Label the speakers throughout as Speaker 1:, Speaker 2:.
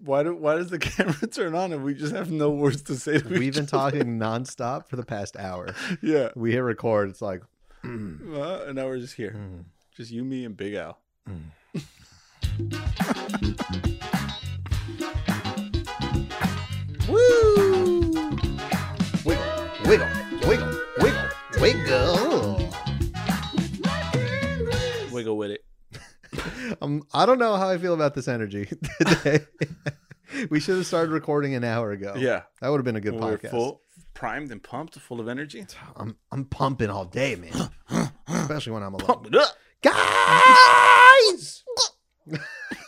Speaker 1: why do why does the camera turn on and we just have no words to say? To
Speaker 2: We've
Speaker 1: each
Speaker 2: been
Speaker 1: other?
Speaker 2: talking nonstop for the past hour.
Speaker 1: Yeah,
Speaker 2: We hit record. It's like, mm,
Speaker 1: Well, and now we're just here,
Speaker 2: mm.
Speaker 1: just you, me, and Big Al.
Speaker 2: Hmm. woo, wiggle, wiggle, wiggle, wiggle, wiggle.
Speaker 1: Wiggle with it.
Speaker 2: Um, I don't know how I feel about this energy today. we should have started recording an hour ago.
Speaker 1: Yeah,
Speaker 2: that would have been a Oh, good
Speaker 1: When we're
Speaker 2: podcast.
Speaker 1: full, primed and pumped, full of energy.
Speaker 2: I'm I'm pumping all day, man. Especially when I'm alone.
Speaker 1: Pump it up.
Speaker 2: Guys,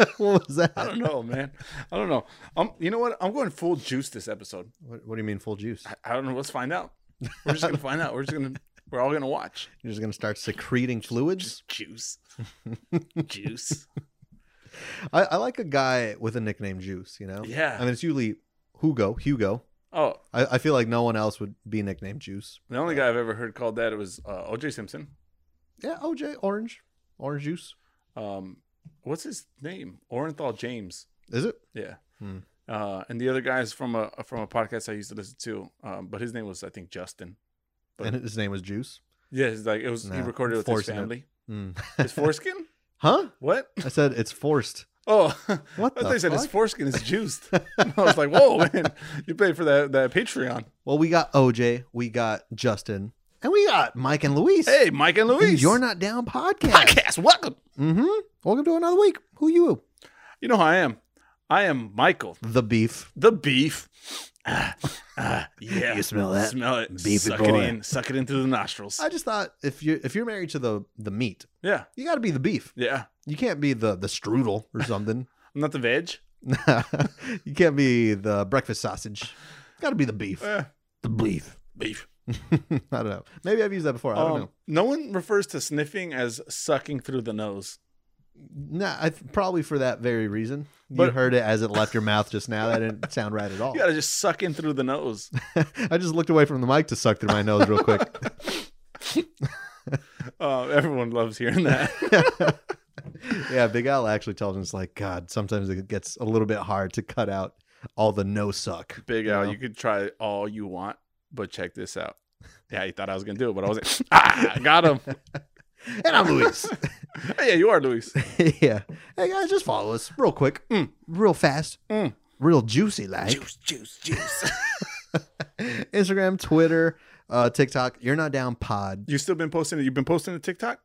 Speaker 2: what was that?
Speaker 1: I don't know, man. I don't know. Um, you know what? I'm going full juice this episode.
Speaker 2: What, what do you mean full juice?
Speaker 1: I, I don't know. Let's find out. We're just gonna find out. We're just gonna. We're all gonna watch
Speaker 2: You're just gonna start secreting fluids.
Speaker 1: juice, juice.
Speaker 2: I, I like a guy with a nickname Juice. You know.
Speaker 1: Yeah.
Speaker 2: I mean, it's usually Hugo. Hugo.
Speaker 1: Oh,
Speaker 2: I, I feel like no one else would be nicknamed Juice.
Speaker 1: the only guy I've ever heard called that it was uh, O.J. Simpson.
Speaker 2: Yeah. OJ Orange. Orange Juice.
Speaker 1: Um, what's his name? Orenthal James.
Speaker 2: Is it?
Speaker 1: Yeah.
Speaker 2: Hmm.
Speaker 1: Uh, and the other guy's from a from a podcast I used to listen to, um, but his name was I think Justin. But-
Speaker 2: and his name was Juice.
Speaker 1: Yeah, it's like it was he
Speaker 2: Nah,
Speaker 1: recorded with his
Speaker 2: forcing it.
Speaker 1: family.
Speaker 2: Mm.
Speaker 1: His foreskin?
Speaker 2: huh?
Speaker 1: what?
Speaker 2: I said it's forced.
Speaker 1: Oh,
Speaker 2: What
Speaker 1: I thought
Speaker 2: the
Speaker 1: you said his
Speaker 2: fuck?
Speaker 1: foreskin is juiced. I was like, whoa, man, you paid for that that Patreon.
Speaker 2: Well, we got OJ. We got Justin. And we got Mike and Luis.
Speaker 1: Hey, Mike and
Speaker 2: And
Speaker 1: Louise,
Speaker 2: You're not down podcast.
Speaker 1: podcast. Welcome.
Speaker 2: Mm-hmm. Welcome to another week. Who you?
Speaker 1: You know how I am. I am Michael,
Speaker 2: The beef.
Speaker 1: the beef. Ah, ah, yeah,
Speaker 2: You smell that?
Speaker 1: Smell it.
Speaker 2: Beefy
Speaker 1: suck
Speaker 2: boy.
Speaker 1: it in. Suck it in through the nostrils.
Speaker 2: I just thought if you're if you're married to the the meat,
Speaker 1: yeah,
Speaker 2: you got to be the beef.
Speaker 1: yeah.
Speaker 2: You can't be the the strudel or something.
Speaker 1: I'm not the veg.
Speaker 2: you can't be the breakfast sausage. Got to be the beef.
Speaker 1: Eh,
Speaker 2: The beef.
Speaker 1: beef.
Speaker 2: I don't know. Maybe I've used that before. I don't
Speaker 1: Um,
Speaker 2: know.
Speaker 1: No one refers to sniffing as sucking through the nose.
Speaker 2: Nah, I th- probably for that very reason. you
Speaker 1: But-
Speaker 2: heard it as it left your mouth just now. That didn't sound right at all.
Speaker 1: You gotta just suck in through the nose.
Speaker 2: I just looked away from the mic to suck through my nose real quick.
Speaker 1: Uh, everyone loves hearing that.
Speaker 2: yeah, Big Al actually tells him it's like, God, sometimes it gets a little bit hard to cut out all the no suck.
Speaker 1: Big
Speaker 2: You
Speaker 1: Al,
Speaker 2: know?
Speaker 1: you could try all you want, but check this out. Yeah, you thought I was gonna do it, but I was like, ah, got him.
Speaker 2: And I'm Luis.
Speaker 1: Hey, yeah, you are Luis.
Speaker 2: yeah. Hey guys, just follow us real quick,
Speaker 1: Mm.
Speaker 2: real fast,
Speaker 1: Mm.
Speaker 2: real juicy like.
Speaker 1: Juice, juice, juice.
Speaker 2: Instagram, Twitter, uh, TikTok. You're not down pod.
Speaker 1: you still been posting it? You've been posting the TikTok?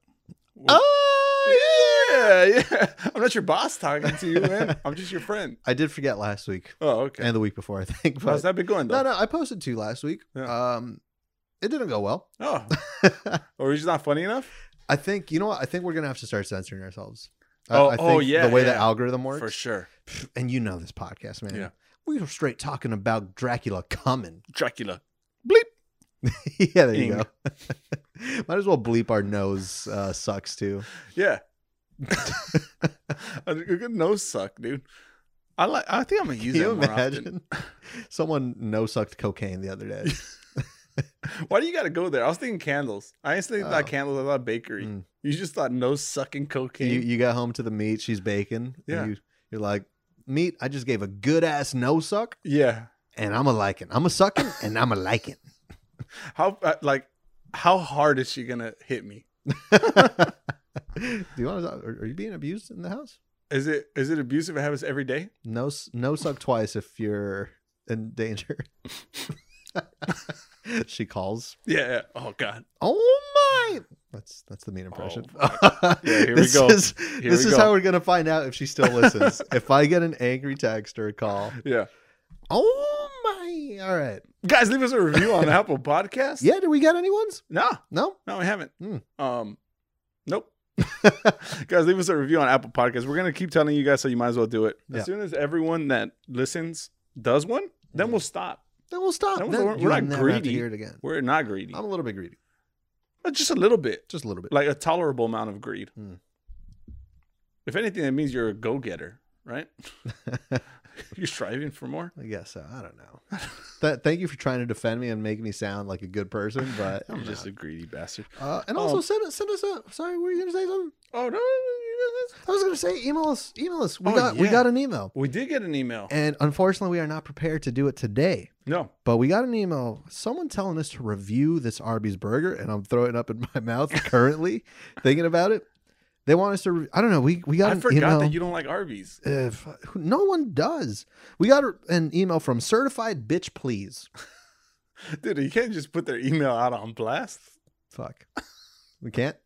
Speaker 1: Oh!
Speaker 2: Oh,
Speaker 1: Yeah, yeah. I'm not your boss talking to you, man. I'm just your friend.
Speaker 2: I did forget last week
Speaker 1: Oh, okay.
Speaker 2: and the week before, I think. But
Speaker 1: How's that been going
Speaker 2: no,
Speaker 1: though?
Speaker 2: no, I posted two last week.
Speaker 1: Yeah.
Speaker 2: Um, it didn't go well.
Speaker 1: Oh, or he's not funny enough?
Speaker 2: I think you know what? I think we're gonna have to start censoring ourselves. I-
Speaker 1: Oh,
Speaker 2: I think
Speaker 1: oh, yeah,
Speaker 2: the way the
Speaker 1: yeah.
Speaker 2: algorithm works,
Speaker 1: For sure.
Speaker 2: and you know this podcast, man.
Speaker 1: Yeah.
Speaker 2: We were straight talking about Dracula coming.
Speaker 1: Dracula. Bleep.
Speaker 2: yeah, there you
Speaker 1: Ing.
Speaker 2: go. Might as well bleep our nose uh, sucks too.
Speaker 1: Yeah. a good nose suck, dude. I like. I think I'm gonna use
Speaker 2: Can you
Speaker 1: that more often.
Speaker 2: imagine? Someone nose sucked cocaine the other day.
Speaker 1: Why do you gotta go there? I was thinking candles. I instantly
Speaker 2: Oh.
Speaker 1: thought candles. I thought bakery.
Speaker 2: Mm.
Speaker 1: You just thought nose sucking
Speaker 2: you
Speaker 1: cocaine.
Speaker 2: you got home to the meat, she's baking. and
Speaker 1: Yeah.
Speaker 2: You, you're like, meat, I just gave a good ass nose suck,
Speaker 1: yeah.
Speaker 2: and I'm a liking. I'm a sucking, and I'm a liking.
Speaker 1: How uh, like how hard is she gonna hit me?
Speaker 2: Do you want to? Are are you being abused in the house?
Speaker 1: Is it is it abusive? It happens every day.
Speaker 2: No, s- no suck twice if you're in danger. she calls.
Speaker 1: Yeah. yeah. Oh God.
Speaker 2: Oh my! That's that's the mean impression.
Speaker 1: Oh Yeah, here we
Speaker 2: this
Speaker 1: go.
Speaker 2: Is,
Speaker 1: Here
Speaker 2: this
Speaker 1: we
Speaker 2: is
Speaker 1: go.
Speaker 2: how we're gonna find out if she still listens. if I get an angry text or a call.
Speaker 1: Yeah.
Speaker 2: Oh my! All right.
Speaker 1: Guys, leave us a review on Apple Podcast.
Speaker 2: Yeah. Do we got any ones?
Speaker 1: No.
Speaker 2: No.
Speaker 1: No, we haven't.
Speaker 2: Hmm.
Speaker 1: Um, nope. guys, leave us a review on Apple Podcasts. We're gonna keep telling you guys, so you might as well do it.
Speaker 2: Yeah.
Speaker 1: As soon as everyone that listens does one, then
Speaker 2: Yeah.
Speaker 1: we'll stop.
Speaker 2: Then we'll stop.
Speaker 1: No,
Speaker 2: Then
Speaker 1: we're- we're
Speaker 2: you'll
Speaker 1: not
Speaker 2: never have to
Speaker 1: greedy.
Speaker 2: hear it again.
Speaker 1: We're not greedy,
Speaker 2: I'm a little bit greedy.
Speaker 1: but just a little bit,
Speaker 2: Just a little bit.
Speaker 1: like a tolerable amount of greed.
Speaker 2: Hmm.
Speaker 1: If anything, that means you're a go-getter, right? you're striving for more.
Speaker 2: I guess so. I don't know. Th- thank you for trying to defend me and make me sound like a good person, but
Speaker 1: You're
Speaker 2: I'm
Speaker 1: just
Speaker 2: just.
Speaker 1: a greedy bastard.
Speaker 2: Uh, and
Speaker 1: Oh.
Speaker 2: also send us send us a. Sorry, were you gonna say something?
Speaker 1: Oh no!
Speaker 2: I was gonna say email us. Email us. We
Speaker 1: Oh,
Speaker 2: got we
Speaker 1: yeah.
Speaker 2: got an email,
Speaker 1: We did get an email.
Speaker 2: and unfortunately, we are not prepared to do it today.
Speaker 1: no.
Speaker 2: But we got an email, someone telling us to review this Arby's burger, and I'm throwing up in my mouth currently, thinking about it. They want us to. Re- I don't know. We we got
Speaker 1: I
Speaker 2: an
Speaker 1: forgot
Speaker 2: email.
Speaker 1: that you don't like Arby's.
Speaker 2: if no one does, we got a- an email from certified bitch. Please,
Speaker 1: Dude, you can't just put their email out on blast.
Speaker 2: fuck, we can't.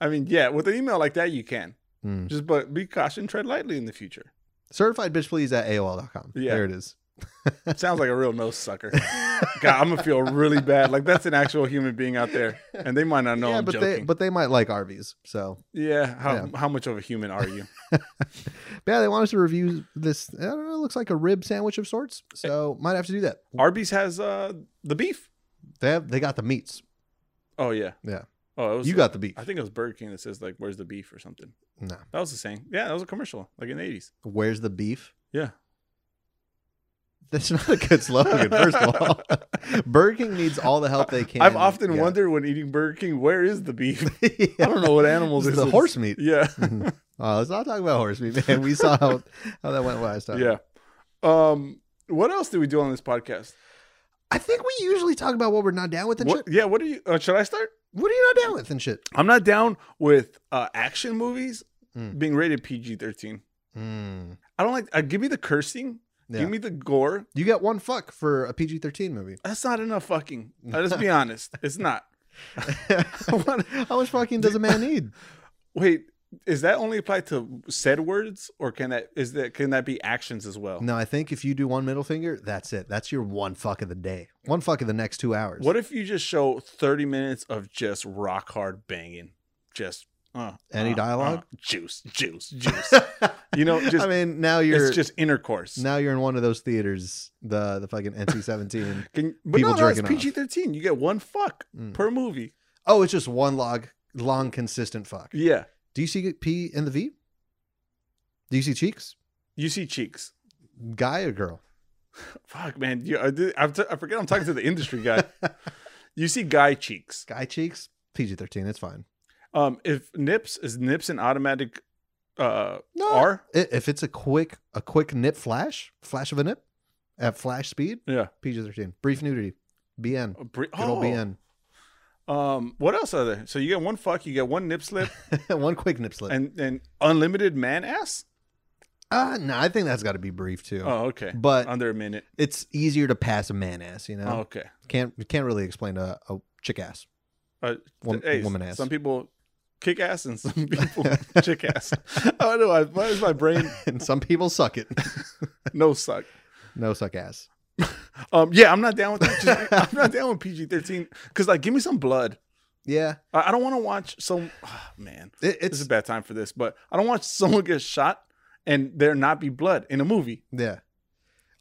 Speaker 1: I mean, yeah, with an email like that, you can.
Speaker 2: Mm.
Speaker 1: Just but be caution, tread lightly in the future.
Speaker 2: Certified bitch. Please at AOL.com.
Speaker 1: Yeah.
Speaker 2: There it is.
Speaker 1: Sounds like a real nose sucker. God, I'm gonna feel really bad. Like that's an actual human being out there, and they might not know
Speaker 2: yeah,
Speaker 1: I'm
Speaker 2: but they
Speaker 1: joking.
Speaker 2: but they might like Arby's. So
Speaker 1: yeah, how
Speaker 2: Yeah.
Speaker 1: how much of a human are you?
Speaker 2: But yeah, they want us to review this. I don't know. It looks like a rib sandwich of sorts. So might have to do that.
Speaker 1: Arby's has uh the beef.
Speaker 2: They have they got the meats.
Speaker 1: Oh yeah,
Speaker 2: Yeah.
Speaker 1: Oh, it was
Speaker 2: You got the beef.
Speaker 1: I think it was Burger King that says like, "Where's the beef?" or something.
Speaker 2: No.
Speaker 1: That was the saying. Yeah, that was a commercial, like in the '80s.
Speaker 2: Where's the beef?
Speaker 1: Yeah.
Speaker 2: That's not a good slogan. First of all, Burger King needs all the help they can.
Speaker 1: I've often
Speaker 2: get.
Speaker 1: wondered when eating Burger King, where is the beef? I
Speaker 2: Yeah.
Speaker 1: don't know what animals
Speaker 2: It's
Speaker 1: this
Speaker 2: the
Speaker 1: is.
Speaker 2: horse meat.
Speaker 1: Yeah,
Speaker 2: Mhm. Oh, let's not talk about horse meat, man. We saw how, how that went last time.
Speaker 1: yeah. Um, what else do we do on this podcast?
Speaker 2: I think we usually talk about what we're not down with and
Speaker 1: What,
Speaker 2: shit.
Speaker 1: yeah, what are you? Uh, should I start?
Speaker 2: What are you not down with and shit?
Speaker 1: I'm not down with uh, action movies
Speaker 2: Mm.
Speaker 1: being rated PG-13.
Speaker 2: Mm.
Speaker 1: I don't like. Uh, give me the cursing.
Speaker 2: Yeah.
Speaker 1: Give me the gore.
Speaker 2: You got one fuck for a PG thirteen movie.
Speaker 1: That's not enough fucking. Uh, let's be honest. It's not.
Speaker 2: How much fucking does a man need?
Speaker 1: Wait, is that only applied to said words, or can that is that can that be actions as well?
Speaker 2: No, I think if you do one middle finger, that's it. That's your one fuck of the day. One fuck of the next two hours.
Speaker 1: What if you just show 30 minutes of just rock hard banging, just uh,
Speaker 2: Any
Speaker 1: uh,
Speaker 2: dialogue?
Speaker 1: uh, juice, juice, juice. you know, just
Speaker 2: I mean, now you're
Speaker 1: it's just intercourse.
Speaker 2: now you're in one of those theaters, the the fucking NC seventeen.
Speaker 1: Can, but
Speaker 2: people
Speaker 1: no, no, it's
Speaker 2: jerking off.
Speaker 1: PG thirteen. You get one fuck
Speaker 2: Mm.
Speaker 1: per movie.
Speaker 2: Oh, it's just one log long consistent fuck.
Speaker 1: Yeah,
Speaker 2: Do you see P in the V? Do you see cheeks?
Speaker 1: you see cheeks.
Speaker 2: Guy or girl?
Speaker 1: Fuck, man. You, I, did- I'm t- I forget I'm talking to the industry guy. you see guy cheeks.
Speaker 2: Guy cheeks? PG thirteen, it's fine.
Speaker 1: Um, if nips is nips an automatic uh
Speaker 2: No.
Speaker 1: R?
Speaker 2: I- If it's a quick a quick nip flash, flash of a nip at flash speed,
Speaker 1: Yeah.
Speaker 2: PG thirteen. Brief nudity. BN.
Speaker 1: A bri-
Speaker 2: Good old
Speaker 1: oh.
Speaker 2: BN.
Speaker 1: Um, what else are there? So you get one fuck, you get one nip slip,
Speaker 2: one quick nip slip.
Speaker 1: Oh. and and unlimited man ass.
Speaker 2: Uh no, I think that's got to be brief too.
Speaker 1: Oh, okay.
Speaker 2: but
Speaker 1: Under a minute. Oh,
Speaker 2: it's easier to pass a man ass, you know.
Speaker 1: okay.
Speaker 2: Can't you can't really explain a, a chick ass.
Speaker 1: Uh,
Speaker 2: Wom-
Speaker 1: hey,
Speaker 2: woman ass.
Speaker 1: Some people kick ass and some people chick ass. Oh no, I, why is my brain
Speaker 2: and some people suck it.
Speaker 1: no suck?
Speaker 2: no suck ass.
Speaker 1: Um, yeah, I'm not down with that. Just- I'm not down with PG-13 because like, give me some blood.
Speaker 2: Yeah,
Speaker 1: I, I don't want to watch some. ah, man,
Speaker 2: it,
Speaker 1: this
Speaker 2: it's
Speaker 1: is a bad time for this, but I don't want someone get shot and there not be blood in a movie.
Speaker 2: yeah.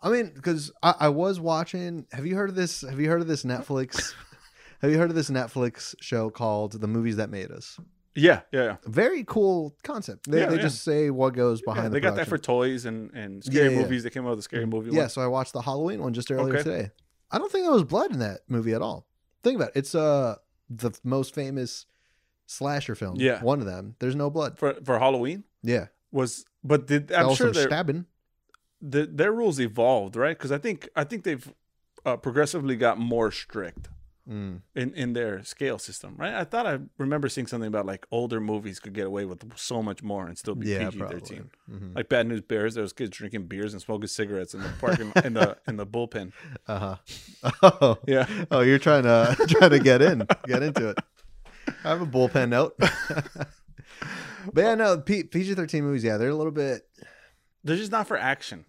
Speaker 2: I mean, because I, I was watching. Have you heard of this? Have you heard of this Netflix? have you heard of this Netflix show called "The Movies That Made Us"?
Speaker 1: Yeah, yeah, yeah.
Speaker 2: Very cool concept. They,
Speaker 1: Yeah,
Speaker 2: they
Speaker 1: yeah.
Speaker 2: just say what goes behind.
Speaker 1: Yeah,
Speaker 2: the
Speaker 1: they got that
Speaker 2: production.
Speaker 1: for toys and and
Speaker 2: Yeah,
Speaker 1: scary
Speaker 2: yeah, yeah.
Speaker 1: movies. They came out with a scary movie.
Speaker 2: Yeah, so I watched the Halloween one just earlier
Speaker 1: Okay.
Speaker 2: today. I don't think there was blood in that movie at all. Think about it. It's uh the f- most famous slasher film.
Speaker 1: Yeah.
Speaker 2: One of them. There's no blood.
Speaker 1: one. for for Halloween
Speaker 2: Yeah.
Speaker 1: was, but did, I'm
Speaker 2: There was
Speaker 1: sure
Speaker 2: some
Speaker 1: there,
Speaker 2: stabbing.
Speaker 1: the, their rules evolved, right? Because I think I think they've uh, progressively got more strict
Speaker 2: Mm.
Speaker 1: in in their scale system, right? I thought I remember seeing something about like older movies could get away with so much more and still be
Speaker 2: Yeah,
Speaker 1: PG
Speaker 2: probably.
Speaker 1: thirteen.
Speaker 2: hmm
Speaker 1: Like Bad News Bears, there was kids drinking beers and smoking cigarettes in the parking in the in the bullpen.
Speaker 2: Uh huh. Oh.
Speaker 1: Yeah.
Speaker 2: Oh, you're trying to trying to get in, get into it. I have a bullpen note. but yeah, no P- PG-13 movies. Yeah, they're a little bit.
Speaker 1: They're just not for action.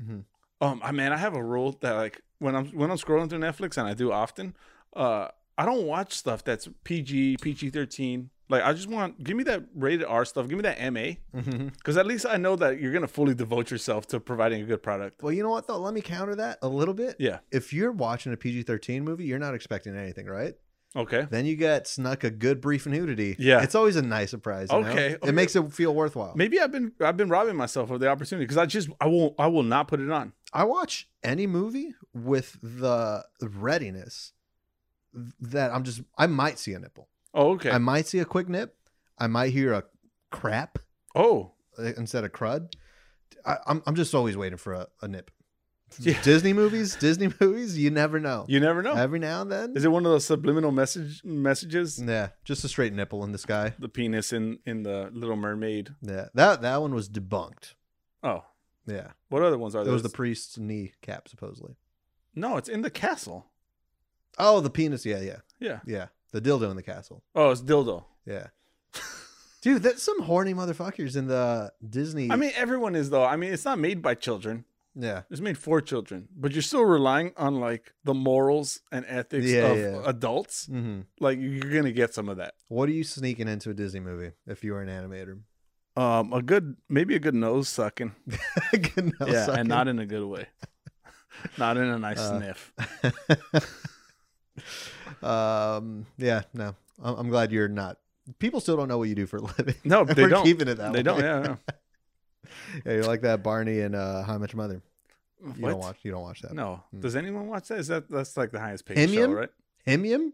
Speaker 2: Mhm.
Speaker 1: Um, I mean, I have a rule that like when I'm when I'm scrolling through Netflix and I do often, uh, I don't watch stuff that's PG PG thirteen. Like I just want give me that rated R stuff, give me that MA.
Speaker 2: Mm.
Speaker 1: Because at least I know that you're gonna fully devote yourself to providing a good product.
Speaker 2: Well, you know what though? Let me counter that a little bit.
Speaker 1: Yeah.
Speaker 2: If you're watching a PG-13 movie, you're not expecting anything, right?
Speaker 1: Okay.
Speaker 2: Then you get snuck a good brief nudity.
Speaker 1: Yeah.
Speaker 2: It's always a nice surprise. you know?
Speaker 1: Okay, okay.
Speaker 2: It makes it feel worthwhile.
Speaker 1: Maybe I've been I've been robbing myself of the opportunity because I just I won't I will not put it on.
Speaker 2: I watch any movie with the readiness that I'm just, I might see a nipple.
Speaker 1: Oh okay.
Speaker 2: I might see a quick nip. I might hear a crap.
Speaker 1: oh
Speaker 2: uh, instead of crud. I, I'm I'm just always waiting for a, a nip.
Speaker 1: Yeah.
Speaker 2: Disney movies, Disney movies. You never know.
Speaker 1: You never know.
Speaker 2: Every now and then,
Speaker 1: Is it one of those subliminal message messages?
Speaker 2: yeah, just a straight nipple in the sky.
Speaker 1: The penis in in the Little Mermaid.
Speaker 2: Yeah, that that one was debunked.
Speaker 1: Oh,
Speaker 2: Yeah,
Speaker 1: what other ones are
Speaker 2: it was
Speaker 1: those?
Speaker 2: the priest's knee cap supposedly.
Speaker 1: no, it's in the castle.
Speaker 2: Oh, the penis. Yeah, yeah,
Speaker 1: Yeah.
Speaker 2: yeah. The dildo in the castle.
Speaker 1: Oh, it's dildo.
Speaker 2: Yeah, dude, that's some horny motherfuckers in the Disney.
Speaker 1: I mean, everyone is though. I mean, it's not made by children.
Speaker 2: yeah,
Speaker 1: It's made for children, but you're still relying on like the morals and ethics
Speaker 2: Yeah,
Speaker 1: of
Speaker 2: yeah.
Speaker 1: adults.
Speaker 2: hmm
Speaker 1: Like you're gonna get some of that.
Speaker 2: What are you sneaking into a Disney movie if you were an animator?
Speaker 1: Um, a good maybe a good nose sucking.
Speaker 2: Good nose
Speaker 1: yeah,
Speaker 2: sucking.
Speaker 1: and not in a good way. not in a nice
Speaker 2: Uh,
Speaker 1: sniff.
Speaker 2: um. Yeah. No. I'm, I'm glad you're not. People still don't know what you do for a living.
Speaker 1: No, they
Speaker 2: We're
Speaker 1: don't.
Speaker 2: keeping it that
Speaker 1: they
Speaker 2: way.
Speaker 1: don't. Yeah. no.
Speaker 2: Yeah, you're like that Barney and uh, How Much Mother. You
Speaker 1: What?
Speaker 2: don't watch. You don't watch that.
Speaker 1: No.
Speaker 2: Mm.
Speaker 1: Does anyone watch that? Is that that's like the highest paid show,
Speaker 2: Hemium?
Speaker 1: right?
Speaker 2: Hemium.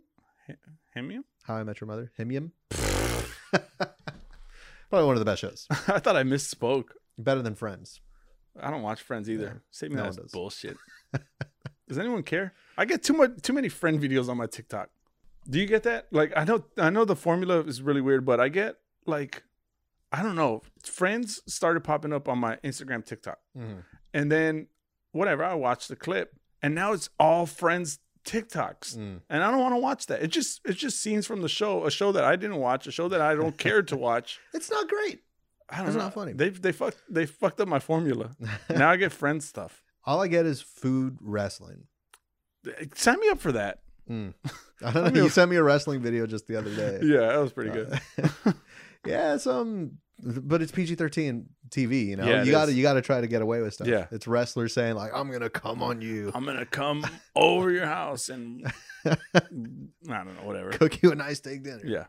Speaker 1: Hemium?
Speaker 2: How I Met Your Mother. Hemium. Probably one of the best shows.
Speaker 1: I thought I misspoke.
Speaker 2: Better than Friends.
Speaker 1: I don't watch Friends either.
Speaker 2: Yeah,
Speaker 1: Save me
Speaker 2: no
Speaker 1: that was
Speaker 2: one does.
Speaker 1: bullshit. does anyone care? I get too much too many friend videos on my TikTok. Do you get that? Like I know I know the formula is really weird, but I get like I don't know. Friends started popping up on my Instagram TikTok.
Speaker 2: Mhm.
Speaker 1: And then whatever, I watched the clip and now it's all friends TikToks.
Speaker 2: Mm.
Speaker 1: And I don't want to watch that. It just it's just scenes from the show, a show that I didn't watch, a show that I don't care to watch.
Speaker 2: It's not great.
Speaker 1: I don't
Speaker 2: That's
Speaker 1: know.
Speaker 2: not funny.
Speaker 1: They they fucked they fucked up my formula. now I get friend stuff.
Speaker 2: All I get is food wrestling.
Speaker 1: Sign me up for that.
Speaker 2: Mm. I don't know.
Speaker 1: mean-
Speaker 2: you sent me a wrestling video just the other day.
Speaker 1: Yeah, that was pretty good.
Speaker 2: Uh, yeah, some, but it's PG thirteen TV. You know,
Speaker 1: Yeah, it
Speaker 2: you got to
Speaker 1: is.
Speaker 2: you got to try to get away with stuff.
Speaker 1: Yeah.
Speaker 2: it's wrestlers saying like, "I'm gonna come on you,
Speaker 1: I'm gonna come over your house and I don't know, whatever.
Speaker 2: cook you a nice steak dinner."
Speaker 1: Yeah.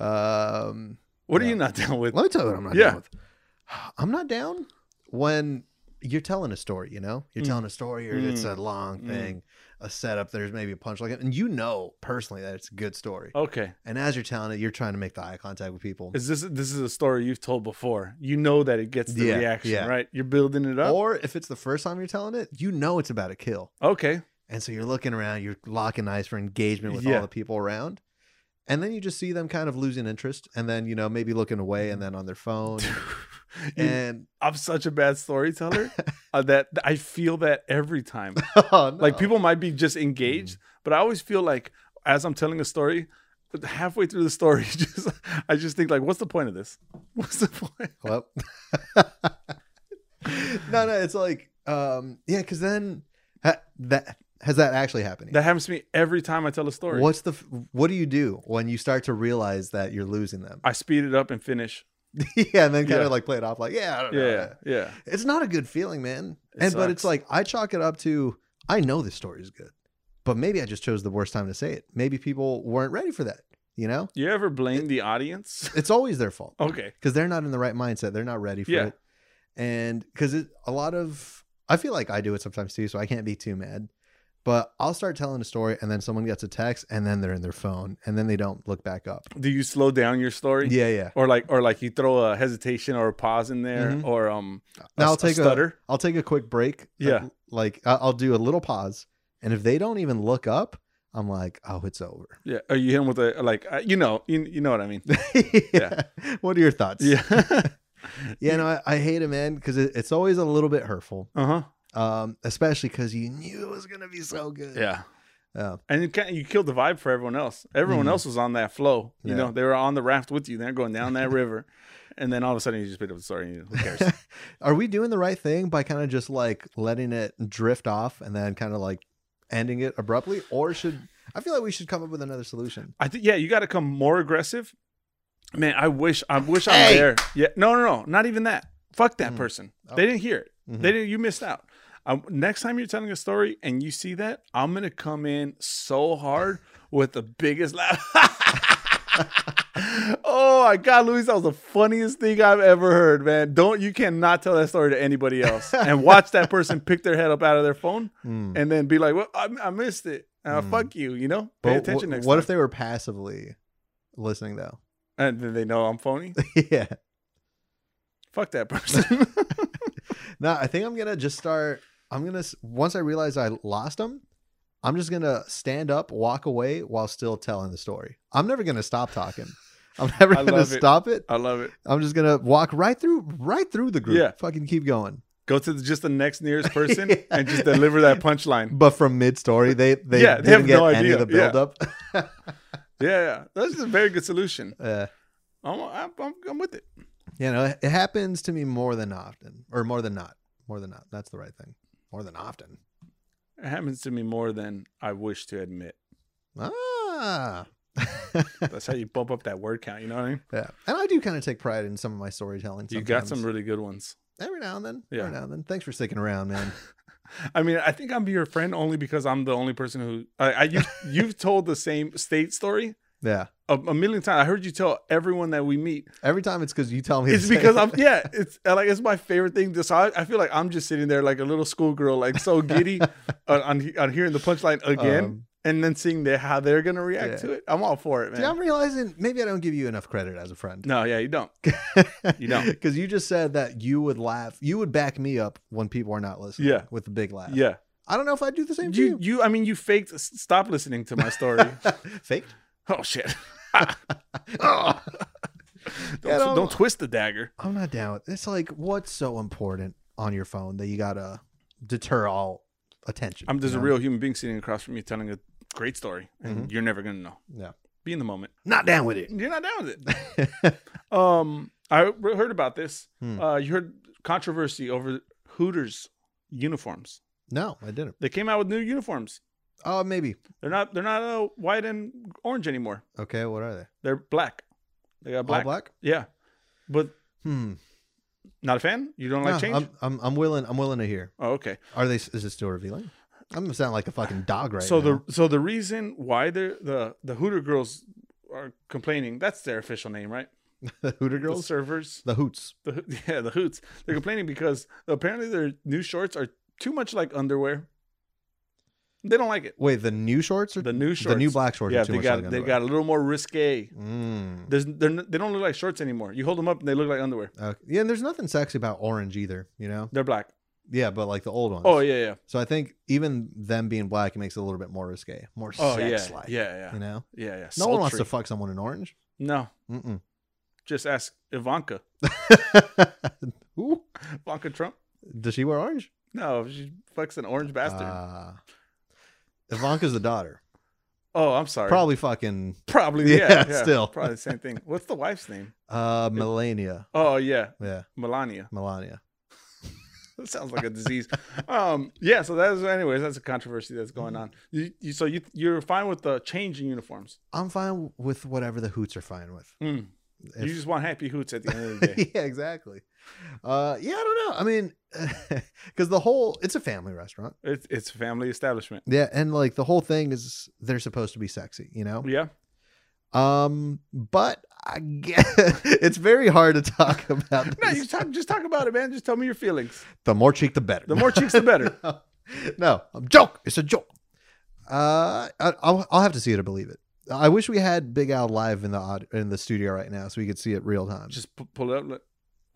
Speaker 2: Um,
Speaker 1: What are
Speaker 2: Yeah.
Speaker 1: you not down with?
Speaker 2: let me tell you what I'm not
Speaker 1: Yeah.
Speaker 2: down with. I'm not down when you're telling a story. You know, you're
Speaker 1: Mm.
Speaker 2: telling a story, or it's a long
Speaker 1: Mm.
Speaker 2: thing, a setup. There's maybe a punchline, and you know personally that it's a good story.
Speaker 1: Okay.
Speaker 2: And as you're telling it, you're trying to make the eye contact with people.
Speaker 1: Is this this is a story you've told before? You know that it gets the
Speaker 2: Yeah,
Speaker 1: reaction,
Speaker 2: yeah.
Speaker 1: right? You're building it up.
Speaker 2: Or if it's the first time you're telling it, you know it's about a kill.
Speaker 1: okay.
Speaker 2: And so you're looking around, you're locking eyes for engagement with
Speaker 1: Yeah.
Speaker 2: all the people around. And then you just see them kind of losing interest and then, you know, maybe looking away and then on their phone.
Speaker 1: You-
Speaker 2: and
Speaker 1: I'm such a bad storyteller uh, that that I feel that every time.
Speaker 2: oh, Mm.
Speaker 1: Like
Speaker 2: no.
Speaker 1: people might be just engaged, but I always feel like as I'm telling a story, halfway through the story, just I just think like, what's the point of this? What's the point?
Speaker 2: Well. no, no, it's like, um, yeah, because then ha- that has that actually happened?
Speaker 1: That happens to me every time I tell a story.
Speaker 2: What's the f- what do you do when you start to realize that you're losing them?
Speaker 1: I speed it up and finish.
Speaker 2: yeah, and then kind
Speaker 1: Yeah.
Speaker 2: of like play it off like, yeah, I don't know.
Speaker 1: Yeah, yeah.
Speaker 2: It's not a good feeling, man.
Speaker 1: It
Speaker 2: and but it's
Speaker 1: sucks.
Speaker 2: like I chalk it up to I know this story is good, but maybe I just chose the worst time to say it. Maybe people weren't ready for that. You know,
Speaker 1: You ever blame the audience?
Speaker 2: it's always their fault
Speaker 1: Okay.
Speaker 2: because they're not in the right mindset. They're not ready for
Speaker 1: Oh. Yeah.
Speaker 2: it, and because a lot of I feel like I do it sometimes too, so I can't be too mad. But I'll start telling a story, and then someone gets a text, and then they're in their phone, and then they don't look back up.
Speaker 1: Do you slow down your story?
Speaker 2: Yeah, yeah.
Speaker 1: Or like, or like you throw a hesitation or a pause in there,
Speaker 2: Mhm.
Speaker 1: or um, a
Speaker 2: Now I'll
Speaker 1: s- a
Speaker 2: take a-
Speaker 1: stutter.
Speaker 2: I'll take a quick break. uh,
Speaker 1: Yeah.
Speaker 2: like I- I'll do a little pause, and if they don't even look up, I'm like, oh, it's over.
Speaker 1: yeah. Or you hit him with a like, uh, you know, you, you know what I mean?
Speaker 2: yeah. What are your thoughts?
Speaker 1: Yeah.
Speaker 2: Yeah, no, I, I hate it, man, because it, it's always a little bit hurtful,
Speaker 1: uh huh.
Speaker 2: um, especially because you knew it was going to be so good.
Speaker 1: Yeah.
Speaker 2: Yeah.
Speaker 1: And you can't, you killed the vibe for everyone else. Everyone
Speaker 2: Mhm.
Speaker 1: else was on that flow. You
Speaker 2: Yeah.
Speaker 1: know, they were on the raft with you. They're going down that river, and then all of a sudden you just picked up the story. And you, who cares?
Speaker 2: Are we doing the right thing by kind of just like letting it drift off and then kind of like ending it abruptly? Or should I feel like we should come up with another solution?
Speaker 1: I think yeah, you got to come more aggressive. Man, I wish I wish I'm
Speaker 2: Hey!
Speaker 1: there. Yeah, no, no, no, not even that. Fuck that
Speaker 2: Mm.
Speaker 1: person.
Speaker 2: Oh.
Speaker 1: They didn't hear it.
Speaker 2: Mhm.
Speaker 1: They didn't. You missed out. Um, next time you're telling a story and you see that, I'm gonna come in so hard with the biggest laugh. oh my god, Luis, that was the funniest thing I've ever heard, man. Don't you cannot tell that story to anybody else. And watch that person pick their head up out of their phone
Speaker 2: Mm.
Speaker 1: and then be like, "Well, I, I missed it. Uh,
Speaker 2: Mm.
Speaker 1: Fuck you," you know.
Speaker 2: But
Speaker 1: Pay
Speaker 2: wh-
Speaker 1: attention next.
Speaker 2: what
Speaker 1: time.
Speaker 2: if they were passively listening though?
Speaker 1: And then they know I'm phony.
Speaker 2: yeah.
Speaker 1: Fuck that person.
Speaker 2: No, I think I'm gonna just start. I'm gonna s- once I realize I lost them, I'm just gonna stand up, walk away while still telling the story. I'm never gonna stop talking. I'm never
Speaker 1: I
Speaker 2: gonna
Speaker 1: love it.
Speaker 2: stop it.
Speaker 1: I love it.
Speaker 2: I'm just gonna walk right through, right through the group.
Speaker 1: Yeah.
Speaker 2: fucking keep going.
Speaker 1: Go to the, just the next nearest person
Speaker 2: Yeah.
Speaker 1: and just deliver that punchline.
Speaker 2: But from mid story, they they
Speaker 1: Yeah, they have
Speaker 2: didn't get
Speaker 1: no
Speaker 2: any of
Speaker 1: idea.
Speaker 2: the
Speaker 1: Yeah.
Speaker 2: build up.
Speaker 1: Yeah, yeah. That's a very good solution.
Speaker 2: uh,
Speaker 1: I'm, I'm, I'm, I'm with it.
Speaker 2: you know, it happens to me more than often, or more than not, more than not. That's the right thing. More than often.
Speaker 1: It happens to me more than I wish to admit.
Speaker 2: Ah.
Speaker 1: That's how you bump up that word count. You know what I mean?
Speaker 2: Yeah, and I do kind of take pride in some of my storytelling.
Speaker 1: You got
Speaker 2: sometimes.
Speaker 1: some really good ones.
Speaker 2: every now and then.
Speaker 1: Yeah.
Speaker 2: Every now and then. Thanks for sticking around, man.
Speaker 1: I mean, I think I'm your friend only because I'm the only person who I, I you, you've told the same state story
Speaker 2: yeah.
Speaker 1: a, a million times. I heard you tell everyone that we meet.
Speaker 2: Every time it's because you tell me. the
Speaker 1: It's
Speaker 2: same-
Speaker 1: because I'm yeah. It's uh, like it's my favorite thing. This I, I feel like I'm just sitting there like a little schoolgirl, like so giddy on, on on hearing the punchline again,
Speaker 2: Um,
Speaker 1: and then seeing the, how they're gonna react
Speaker 2: yeah.
Speaker 1: to it. I'm all for it, man.
Speaker 2: See, I'm realizing maybe I don't give you enough credit as a friend.
Speaker 1: no, yeah, you don't. you don't.
Speaker 2: Because you just said that you would laugh, you would back me up when people are not listening.
Speaker 1: Yeah.
Speaker 2: With a big laugh.
Speaker 1: Yeah,
Speaker 2: I don't know if I do the same
Speaker 1: you
Speaker 2: to
Speaker 1: you. I mean, you faked. s- Stop listening to my story.
Speaker 2: you. Faked.
Speaker 1: oh shit!
Speaker 2: Oh,
Speaker 1: Don't,
Speaker 2: Yeah, no,
Speaker 1: don't twist the dagger.
Speaker 2: I'm not down with. It's like what's so important on your phone that you gotta deter all attention.
Speaker 1: I'm just
Speaker 2: you
Speaker 1: a
Speaker 2: know?
Speaker 1: real human being sitting across from you telling a great story, and you're never gonna know.
Speaker 2: Mm-hmm. Yeah.
Speaker 1: Be in the moment.
Speaker 2: Not down with it.
Speaker 1: You're not down with it. Um, I re- heard about this.
Speaker 2: Hmm.
Speaker 1: Uh, you heard controversy over Hooters uniforms.
Speaker 2: no, I didn't.
Speaker 1: They came out with new uniforms.
Speaker 2: Oh, maybe.
Speaker 1: They're not. They're not uh, white and orange anymore.
Speaker 2: Okay. What are they?
Speaker 1: They're black. They got black.
Speaker 2: All black.
Speaker 1: Yeah, but
Speaker 2: Hmm.
Speaker 1: not a fan. You don't like
Speaker 2: No,
Speaker 1: change.
Speaker 2: I'm, I'm I'm willing I'm willing to hear.
Speaker 1: oh, okay.
Speaker 2: Are they? Is it still revealing? I'm gonna sound like a fucking dog right
Speaker 1: so
Speaker 2: now.
Speaker 1: the so the reason why the the the Hooter girls are complaining. That's their official name, right?
Speaker 2: the Hooter
Speaker 1: The
Speaker 2: girls,
Speaker 1: servers.
Speaker 2: the Hoots.
Speaker 1: The Ho- yeah, the hoots. They're complaining because apparently their new shorts are too much like underwear. They don't like it.
Speaker 2: Wait, the new shorts or
Speaker 1: The new shorts.
Speaker 2: the new black shorts?
Speaker 1: Yeah,
Speaker 2: are too
Speaker 1: they
Speaker 2: much
Speaker 1: got
Speaker 2: like
Speaker 1: they
Speaker 2: underwear.
Speaker 1: got a little more risque.
Speaker 2: Mm.
Speaker 1: There's they're n- they don't look like shorts anymore. You hold them up and they look like underwear.
Speaker 2: Okay. Uh, Yeah, and there's nothing sexy about orange either. You know.
Speaker 1: They're black.
Speaker 2: Yeah, but like the old ones.
Speaker 1: Oh yeah, yeah.
Speaker 2: So I think even them being black, it makes it a little bit more risque, more
Speaker 1: Oh yeah,
Speaker 2: sex like.
Speaker 1: yeah, yeah,
Speaker 2: You know.
Speaker 1: yeah, yeah.
Speaker 2: No one wants to
Speaker 1: Sultry.
Speaker 2: fuck someone in orange.
Speaker 1: no,
Speaker 2: Mm-mm.
Speaker 1: just ask Ivanka.
Speaker 2: Ooh.
Speaker 1: Ivanka Trump.
Speaker 2: Does she wear orange?
Speaker 1: No, she fucks an orange bastard.
Speaker 2: Uh, Ivanka's the daughter.
Speaker 1: oh, I'm sorry.
Speaker 2: Probably fucking
Speaker 1: Probably, yeah,
Speaker 2: Yeah,
Speaker 1: yeah.
Speaker 2: still.
Speaker 1: probably the same thing. What's the wife's name?
Speaker 2: uh Melania.
Speaker 1: Oh yeah,
Speaker 2: Yeah,
Speaker 1: Melania.
Speaker 2: Melania.
Speaker 1: That sounds like a disease. um, yeah. So that's anyways. That's a controversy that's going on. You, you so you you're fine with the change in uniforms.
Speaker 2: I'm fine with whatever the hoots are fine with.
Speaker 1: Mm.
Speaker 2: Hmm. If-
Speaker 1: You just want happy hoots at the end of the day.
Speaker 2: yeah, exactly. Uh yeah, I don't know. I mean, cuz the whole it's a family restaurant.
Speaker 1: it's it's a family establishment.
Speaker 2: Yeah, and like the whole thing is they're supposed to be sexy, you know?
Speaker 1: Yeah.
Speaker 2: Um but I guess it's very hard to talk about
Speaker 1: No,
Speaker 2: this.
Speaker 1: you talk, just talk about it, man. Just tell me your feelings.
Speaker 2: the more cheek the better.
Speaker 1: The more cheeks, the better.
Speaker 2: no, no, I'm joke. It's a joke. Uh, I, I'll, I'll have to see it to believe it. I wish we had Big Al live in the aud- in the studio right now so we could see it real time.
Speaker 1: Just pu- pull it up. Like,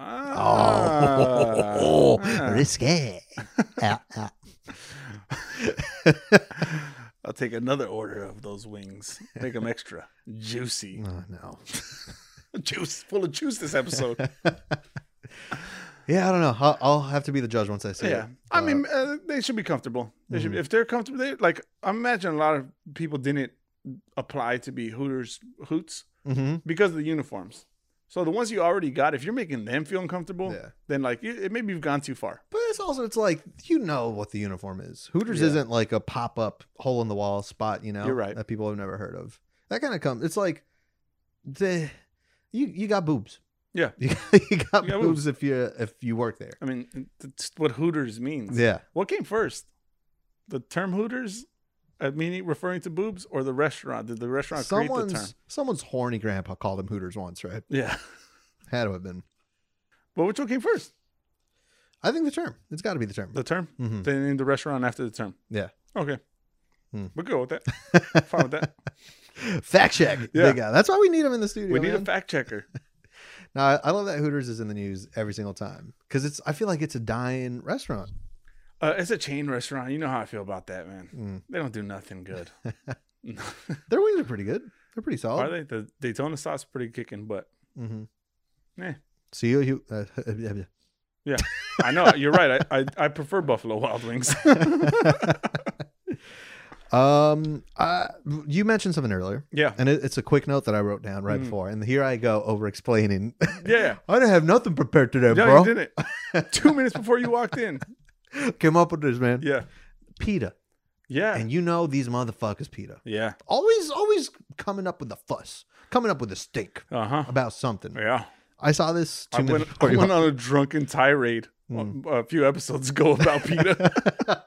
Speaker 2: oh,
Speaker 1: ah, ah.
Speaker 2: risque. Oh. Ah, ah.
Speaker 1: I'll take another order of those wings. Make them extra juicy.
Speaker 2: Oh, no.
Speaker 1: Juice, full of juice this episode.
Speaker 2: Yeah, I don't know. I'll, I'll have to be the judge once I see
Speaker 1: yeah,
Speaker 2: it.
Speaker 1: I
Speaker 2: But-
Speaker 1: mean, uh, Mm-hmm. they should be comfortable. They should,
Speaker 2: Mhm.
Speaker 1: if they're comfortable, they like. I imagine a lot of people didn't apply to be Hooters Hoots
Speaker 2: Mhm.
Speaker 1: because of the uniforms. So the ones you already got, if you're making them feel uncomfortable,
Speaker 2: Yeah.
Speaker 1: then like you, it, maybe you've gone too far.
Speaker 2: But it's also it's like you know what the uniform is. Hooters
Speaker 1: Yeah.
Speaker 2: isn't like a pop up hole in the wall spot, you know.
Speaker 1: You're right.
Speaker 2: That people have never heard of. That kind of comes. It's like the you you got boobs.
Speaker 1: Yeah.
Speaker 2: you, you got
Speaker 1: You got
Speaker 2: boobs if you if you work there.
Speaker 1: I mean, that's what Hooters means.
Speaker 2: Yeah,
Speaker 1: What came first, the term Hooters, uh, meaning referring to boobs, or the restaurant? Did the restaurant create the term?
Speaker 2: someone's someone's horny grandpa called him Hooters once, right?
Speaker 1: Yeah,
Speaker 2: Had to have been.
Speaker 1: but which one came first?
Speaker 2: I think the term. It's got to be the term.
Speaker 1: The term.
Speaker 2: Mhm.
Speaker 1: They named the restaurant after the term.
Speaker 2: Yeah.
Speaker 1: Okay.
Speaker 2: Hmm.
Speaker 1: We're good with that. Fine with that.
Speaker 2: Fact check.
Speaker 1: Yeah.
Speaker 2: Big Al. That's why we need him in the studio.
Speaker 1: We need a
Speaker 2: man.
Speaker 1: fact checker.
Speaker 2: Now I, I love that Hooters is in the news every single time because it's. I feel like it's a dying restaurant.
Speaker 1: Uh, it's a chain restaurant. You know how I feel about that, man.
Speaker 2: Mm.
Speaker 1: They don't do nothing good.
Speaker 2: Their wings are pretty good. They're pretty
Speaker 1: Are
Speaker 2: solid.
Speaker 1: they? The Daytona sauce pretty kicking, but
Speaker 2: Mm-hmm.
Speaker 1: Eh.
Speaker 2: See you. you uh, yeah,
Speaker 1: I know you're right. I, I, I prefer Buffalo Wild Wings.
Speaker 2: yeah. um, I, you mentioned something earlier,
Speaker 1: yeah,
Speaker 2: and it, it's a quick note that I wrote down right
Speaker 1: Mhm.
Speaker 2: before, and here I go over explaining.
Speaker 1: yeah,
Speaker 2: I didn't have nothing prepared today,
Speaker 1: yeah. No, you
Speaker 2: bro.
Speaker 1: did it two minutes before you walked in.
Speaker 2: Came up with this, man.
Speaker 1: Yeah,
Speaker 2: PETA,
Speaker 1: yeah,
Speaker 2: and you know these motherfuckers, PETA.
Speaker 1: yeah.
Speaker 2: always always coming up with a fuss, coming up with a stink
Speaker 1: Uh huh.
Speaker 2: about something.
Speaker 1: Yeah.
Speaker 2: I saw this two
Speaker 1: I
Speaker 2: minutes
Speaker 1: went,
Speaker 2: before
Speaker 1: I
Speaker 2: you-
Speaker 1: went on a drunken tirade
Speaker 2: Mm.
Speaker 1: a, a few episodes ago about PETA.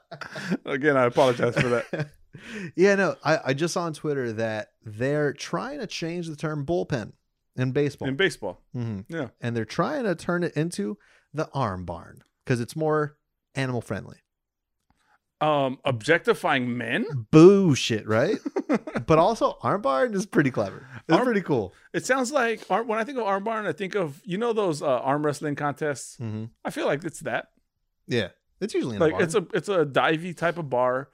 Speaker 1: Again, I apologize for that.
Speaker 2: yeah, no, I, I just saw on Twitter that they're trying to change the term bullpen in baseball,
Speaker 1: In baseball,
Speaker 2: Mhm.
Speaker 1: yeah.
Speaker 2: and they're trying to turn it into the arm barn because it's more animal friendly.
Speaker 1: um, objectifying men.
Speaker 2: Bullshit, right? but also arm barn is pretty clever. It's
Speaker 1: Arm-
Speaker 2: pretty cool.
Speaker 1: It sounds like ar- when I think of arm barn, I think of you know those uh, arm wrestling contests.
Speaker 2: Mhm.
Speaker 1: I feel like it's that.
Speaker 2: Yeah, it's usually in
Speaker 1: like
Speaker 2: a barn.
Speaker 1: it's a it's a divey type of bar.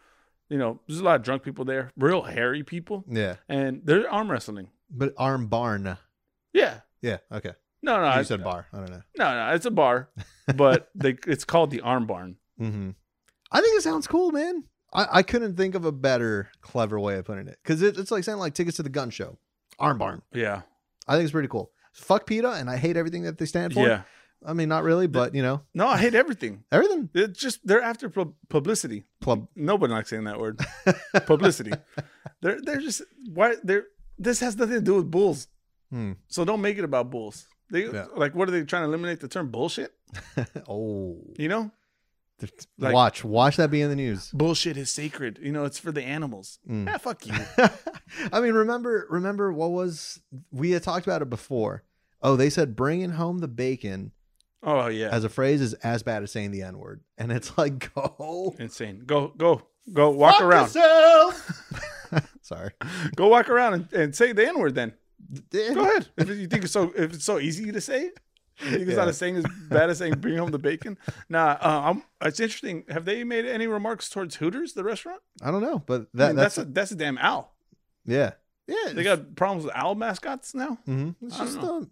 Speaker 1: You know, there's a lot of drunk people there, real hairy people,
Speaker 2: yeah,
Speaker 1: and they're arm wrestling.
Speaker 2: but arm barn.
Speaker 1: Yeah.
Speaker 2: Yeah, okay.
Speaker 1: No, no, I,
Speaker 2: you said bar. I don't know.
Speaker 1: no, no. It's a bar, but they it's called the arm barn.
Speaker 2: Mm-hmm. I think it sounds cool, man. I, I couldn't think of a better, clever way of putting it because it, it's like saying like tickets to the gun show, arm barn.
Speaker 1: Yeah.
Speaker 2: I think it's pretty cool. Fuck PETA, and I hate everything that they stand for.
Speaker 1: Yeah.
Speaker 2: I mean, not really, but you know,
Speaker 1: No, I hate everything.
Speaker 2: everything.
Speaker 1: It's just they're after pub- publicity.
Speaker 2: Plub.
Speaker 1: Nobody likes saying that word. publicity. They're they're just why they're this has nothing to do with bulls.
Speaker 2: Hmm.
Speaker 1: So don't make it about bulls. They
Speaker 2: Yeah.
Speaker 1: like what are they trying to eliminate the term bullshit?
Speaker 2: oh,
Speaker 1: You know? Like-
Speaker 2: watch, watch that be in the news.
Speaker 1: Bullshit is sacred. You know, it's for the animals.
Speaker 2: Mm.
Speaker 1: Ah, fuck you.
Speaker 2: I mean, remember, remember what was we had talked about it before. Oh, they said bringing home the bacon
Speaker 1: Oh yeah,
Speaker 2: as a phrase is as bad as saying the n word, and it's like go
Speaker 1: insane. Go go go walk around.
Speaker 2: yourself. Sorry.
Speaker 1: Go walk around and, and say the N word. Then
Speaker 2: Yeah.
Speaker 1: go ahead. If you think it's so if it's so easy to say, it, you think it's
Speaker 2: Yeah.
Speaker 1: not as saying as bad as saying bring home the bacon. Nah, uh, i it's interesting. Have they made any remarks towards Hooters, the restaurant?
Speaker 2: I don't know, but
Speaker 1: I
Speaker 2: that,
Speaker 1: mean,
Speaker 2: that's,
Speaker 1: that's, a that's a damn owl.
Speaker 2: yeah, yeah.
Speaker 1: They got problems with owl mascots now.
Speaker 2: Mhm. It's
Speaker 1: I don't
Speaker 2: just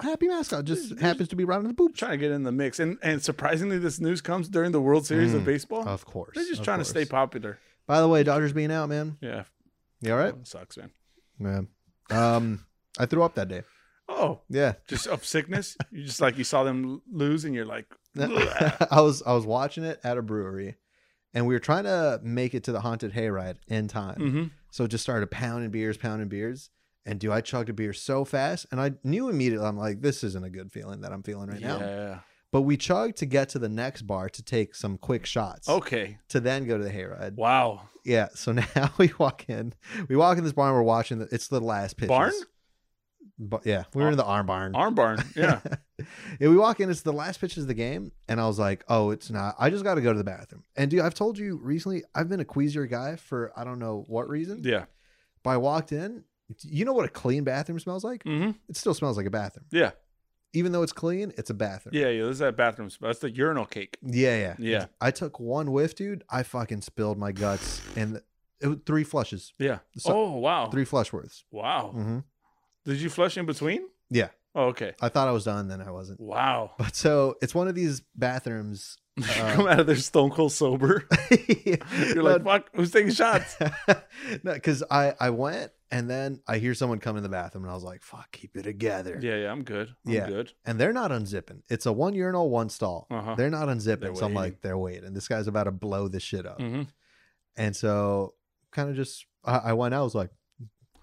Speaker 2: a happy mascot. Just happens to be right in the
Speaker 1: I'm
Speaker 2: boobs.
Speaker 1: trying to get in the mix, and and surprisingly, this news comes during the World Series
Speaker 2: Mm.
Speaker 1: of baseball.
Speaker 2: Of course.
Speaker 1: They're just
Speaker 2: of
Speaker 1: trying
Speaker 2: course.
Speaker 1: to stay popular.
Speaker 2: By the way, Dodgers being out, man.
Speaker 1: Yeah,
Speaker 2: You all right?
Speaker 1: fucking sucks, man.
Speaker 2: Yeah. Um, I threw up that day.
Speaker 1: Oh,
Speaker 2: Yeah.
Speaker 1: just of sickness. You just like you saw them lose, and you're like, "Ugh."
Speaker 2: I was I was watching it at a brewery, and we were trying to make it to the haunted hayride in time.
Speaker 1: Mhm.
Speaker 2: So it just started pounding beers, pounding beers. And do I chugged a beer so fast? And I knew immediately. I'm like, this isn't a good feeling that I'm feeling right now.
Speaker 1: yeah.
Speaker 2: But we chugged to get to the next bar to take some quick shots
Speaker 1: Okay.
Speaker 2: to then go to the hayride.
Speaker 1: Wow.
Speaker 2: Yeah. So now we walk in. We walk in this barn. We're watching. The, it's the last pitch.
Speaker 1: Barn?
Speaker 2: yeah. We were in the arm barn.
Speaker 1: Arm barn. Yeah.
Speaker 2: yeah. We walk in. It's the last pitches of the game. And I was like, oh, it's not. I just got to go to the bathroom. And dude, I've told you recently, I've been a queasier guy for I don't know what reason.
Speaker 1: yeah.
Speaker 2: But I walked in. You know what a clean bathroom smells like?
Speaker 1: hmm
Speaker 2: It still smells like a bathroom.
Speaker 1: Yeah.
Speaker 2: Even though it's clean, it's a bathroom.
Speaker 1: Yeah. Yeah. There's that bathroom spot. That's the urinal cake.
Speaker 2: Yeah, yeah,
Speaker 1: Yeah.
Speaker 2: I took one whiff, dude. I fucking spilled my guts, and it was three flushes,
Speaker 1: Yeah.
Speaker 2: So-
Speaker 1: oh wow.
Speaker 2: three flush worths.
Speaker 1: Wow.
Speaker 2: hmm
Speaker 1: Did you flush in between?
Speaker 2: Yeah.
Speaker 1: Oh, okay.
Speaker 2: I thought I was done, then I wasn't.
Speaker 1: Wow.
Speaker 2: But so it's one of these bathrooms.
Speaker 1: You
Speaker 2: Uh,
Speaker 1: Come out of there stone cold sober. You're like, fuck. Who's taking shots?
Speaker 2: no, because I I went and then I hear someone come in the bathroom, and I was like, fuck, keep it together.
Speaker 1: Yeah. Yeah. I'm good. I'm
Speaker 2: Yeah.
Speaker 1: good.
Speaker 2: And they're not unzipping. It's a one urinal, one stall.
Speaker 1: Uh huh.
Speaker 2: They're not unzipping.
Speaker 1: They're
Speaker 2: so I'm
Speaker 1: waiting.
Speaker 2: like, they're waiting. This guy's about to blow this shit up.
Speaker 1: hmm
Speaker 2: And so kind of just I, I went out, I was like,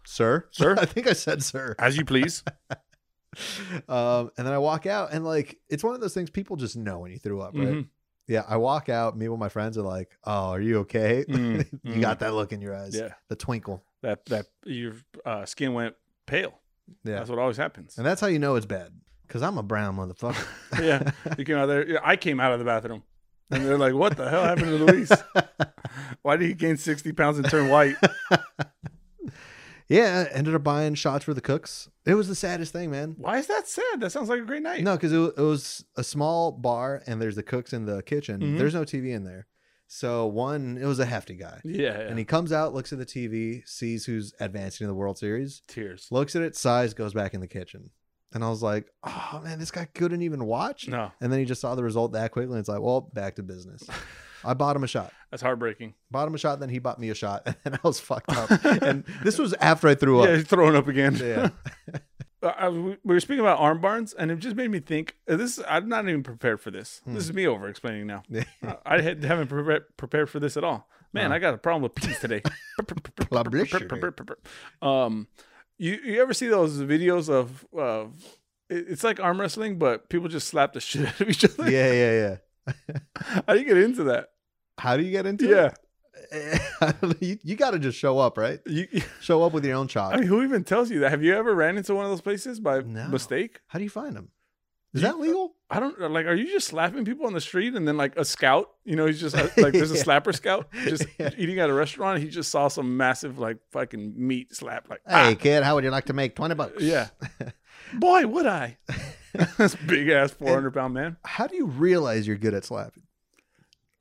Speaker 2: Sir?
Speaker 1: Sir?
Speaker 2: I think I said sir.
Speaker 1: As you please.
Speaker 2: Um, and then I walk out and like it's one of those things people just know when you threw up, right?
Speaker 1: Mhm.
Speaker 2: Yeah. I walk out, me and my friends are like, Oh, are you okay?
Speaker 1: Mm,
Speaker 2: you
Speaker 1: mm.
Speaker 2: got that look in your eyes.
Speaker 1: Mm-hmm. Yeah.
Speaker 2: The twinkle.
Speaker 1: That that your uh, skin went pale.
Speaker 2: Yeah.
Speaker 1: That's what always happens.
Speaker 2: and that's how you know it's bad. Cause I'm a brown motherfucker.
Speaker 1: yeah. You came out of there. yeah, I came out of the bathroom. And they're like, what the hell happened to Luis? Why did he gain 60 pounds and turn white?
Speaker 2: yeah, I ended up buying shots for the cooks. It was the saddest thing, man.
Speaker 1: Why is that sad? That sounds like a great night.
Speaker 2: No, because it, wa- it was a small bar and there's the cooks in the kitchen.
Speaker 1: Mhm.
Speaker 2: There's no TV in there. So one, it was a hefty guy.
Speaker 1: Yeah. yeah.
Speaker 2: And he comes out, looks at the TV, sees who's advancing in the World Series,
Speaker 1: Tears.
Speaker 2: looks at it, sighs, goes back in the kitchen. And I was like, oh man, this guy couldn't even watch.
Speaker 1: No,
Speaker 2: And then he just saw the result that quickly and it's like, well, back to business. I bought him a shot.
Speaker 1: that's heartbreaking.
Speaker 2: Bought him a shot, then he bought me a shot, and then I was fucked up. and this was after I threw
Speaker 1: Yeah,
Speaker 2: up.
Speaker 1: he's throwing up again.
Speaker 2: Yeah.
Speaker 1: I- Uh, I- we were speaking about arm barns, and it just made me think. uh, This I'm not even prepared for this.
Speaker 2: Hmm.
Speaker 1: This is me over explaining now. Uh, I had, haven't prepared prepared for this at all. Man,
Speaker 2: Huh.
Speaker 1: I got a problem with peas today.
Speaker 2: Publisher.
Speaker 1: um, you you ever see those videos of of it- it's like arm wrestling, but people just slap the shit out of each other.
Speaker 2: yeah, yeah, yeah.
Speaker 1: How do you get into that?
Speaker 2: How do you get into
Speaker 1: Yeah,
Speaker 2: it? Yeah. you you got to just show up, right?
Speaker 1: you,
Speaker 2: Show up with your own chalk.
Speaker 1: I mean, who even tells you that? Have you ever ran into one of those places by
Speaker 2: No.
Speaker 1: mistake?
Speaker 2: How do you find them? Is
Speaker 1: You-
Speaker 2: that legal?
Speaker 1: I don't like. Are you just slapping people on the street and then like a scout? You know, he's just uh, like there's a
Speaker 2: Yeah.
Speaker 1: slapper scout just
Speaker 2: Yeah.
Speaker 1: eating at a restaurant. He just saw some massive like fucking meat slap. Like,
Speaker 2: Hey, kid, how would you like to make 20 bucks?
Speaker 1: Yeah. ah, boy, would I? this big ass four hundred pound man,
Speaker 2: How do you realize you're good at slapping?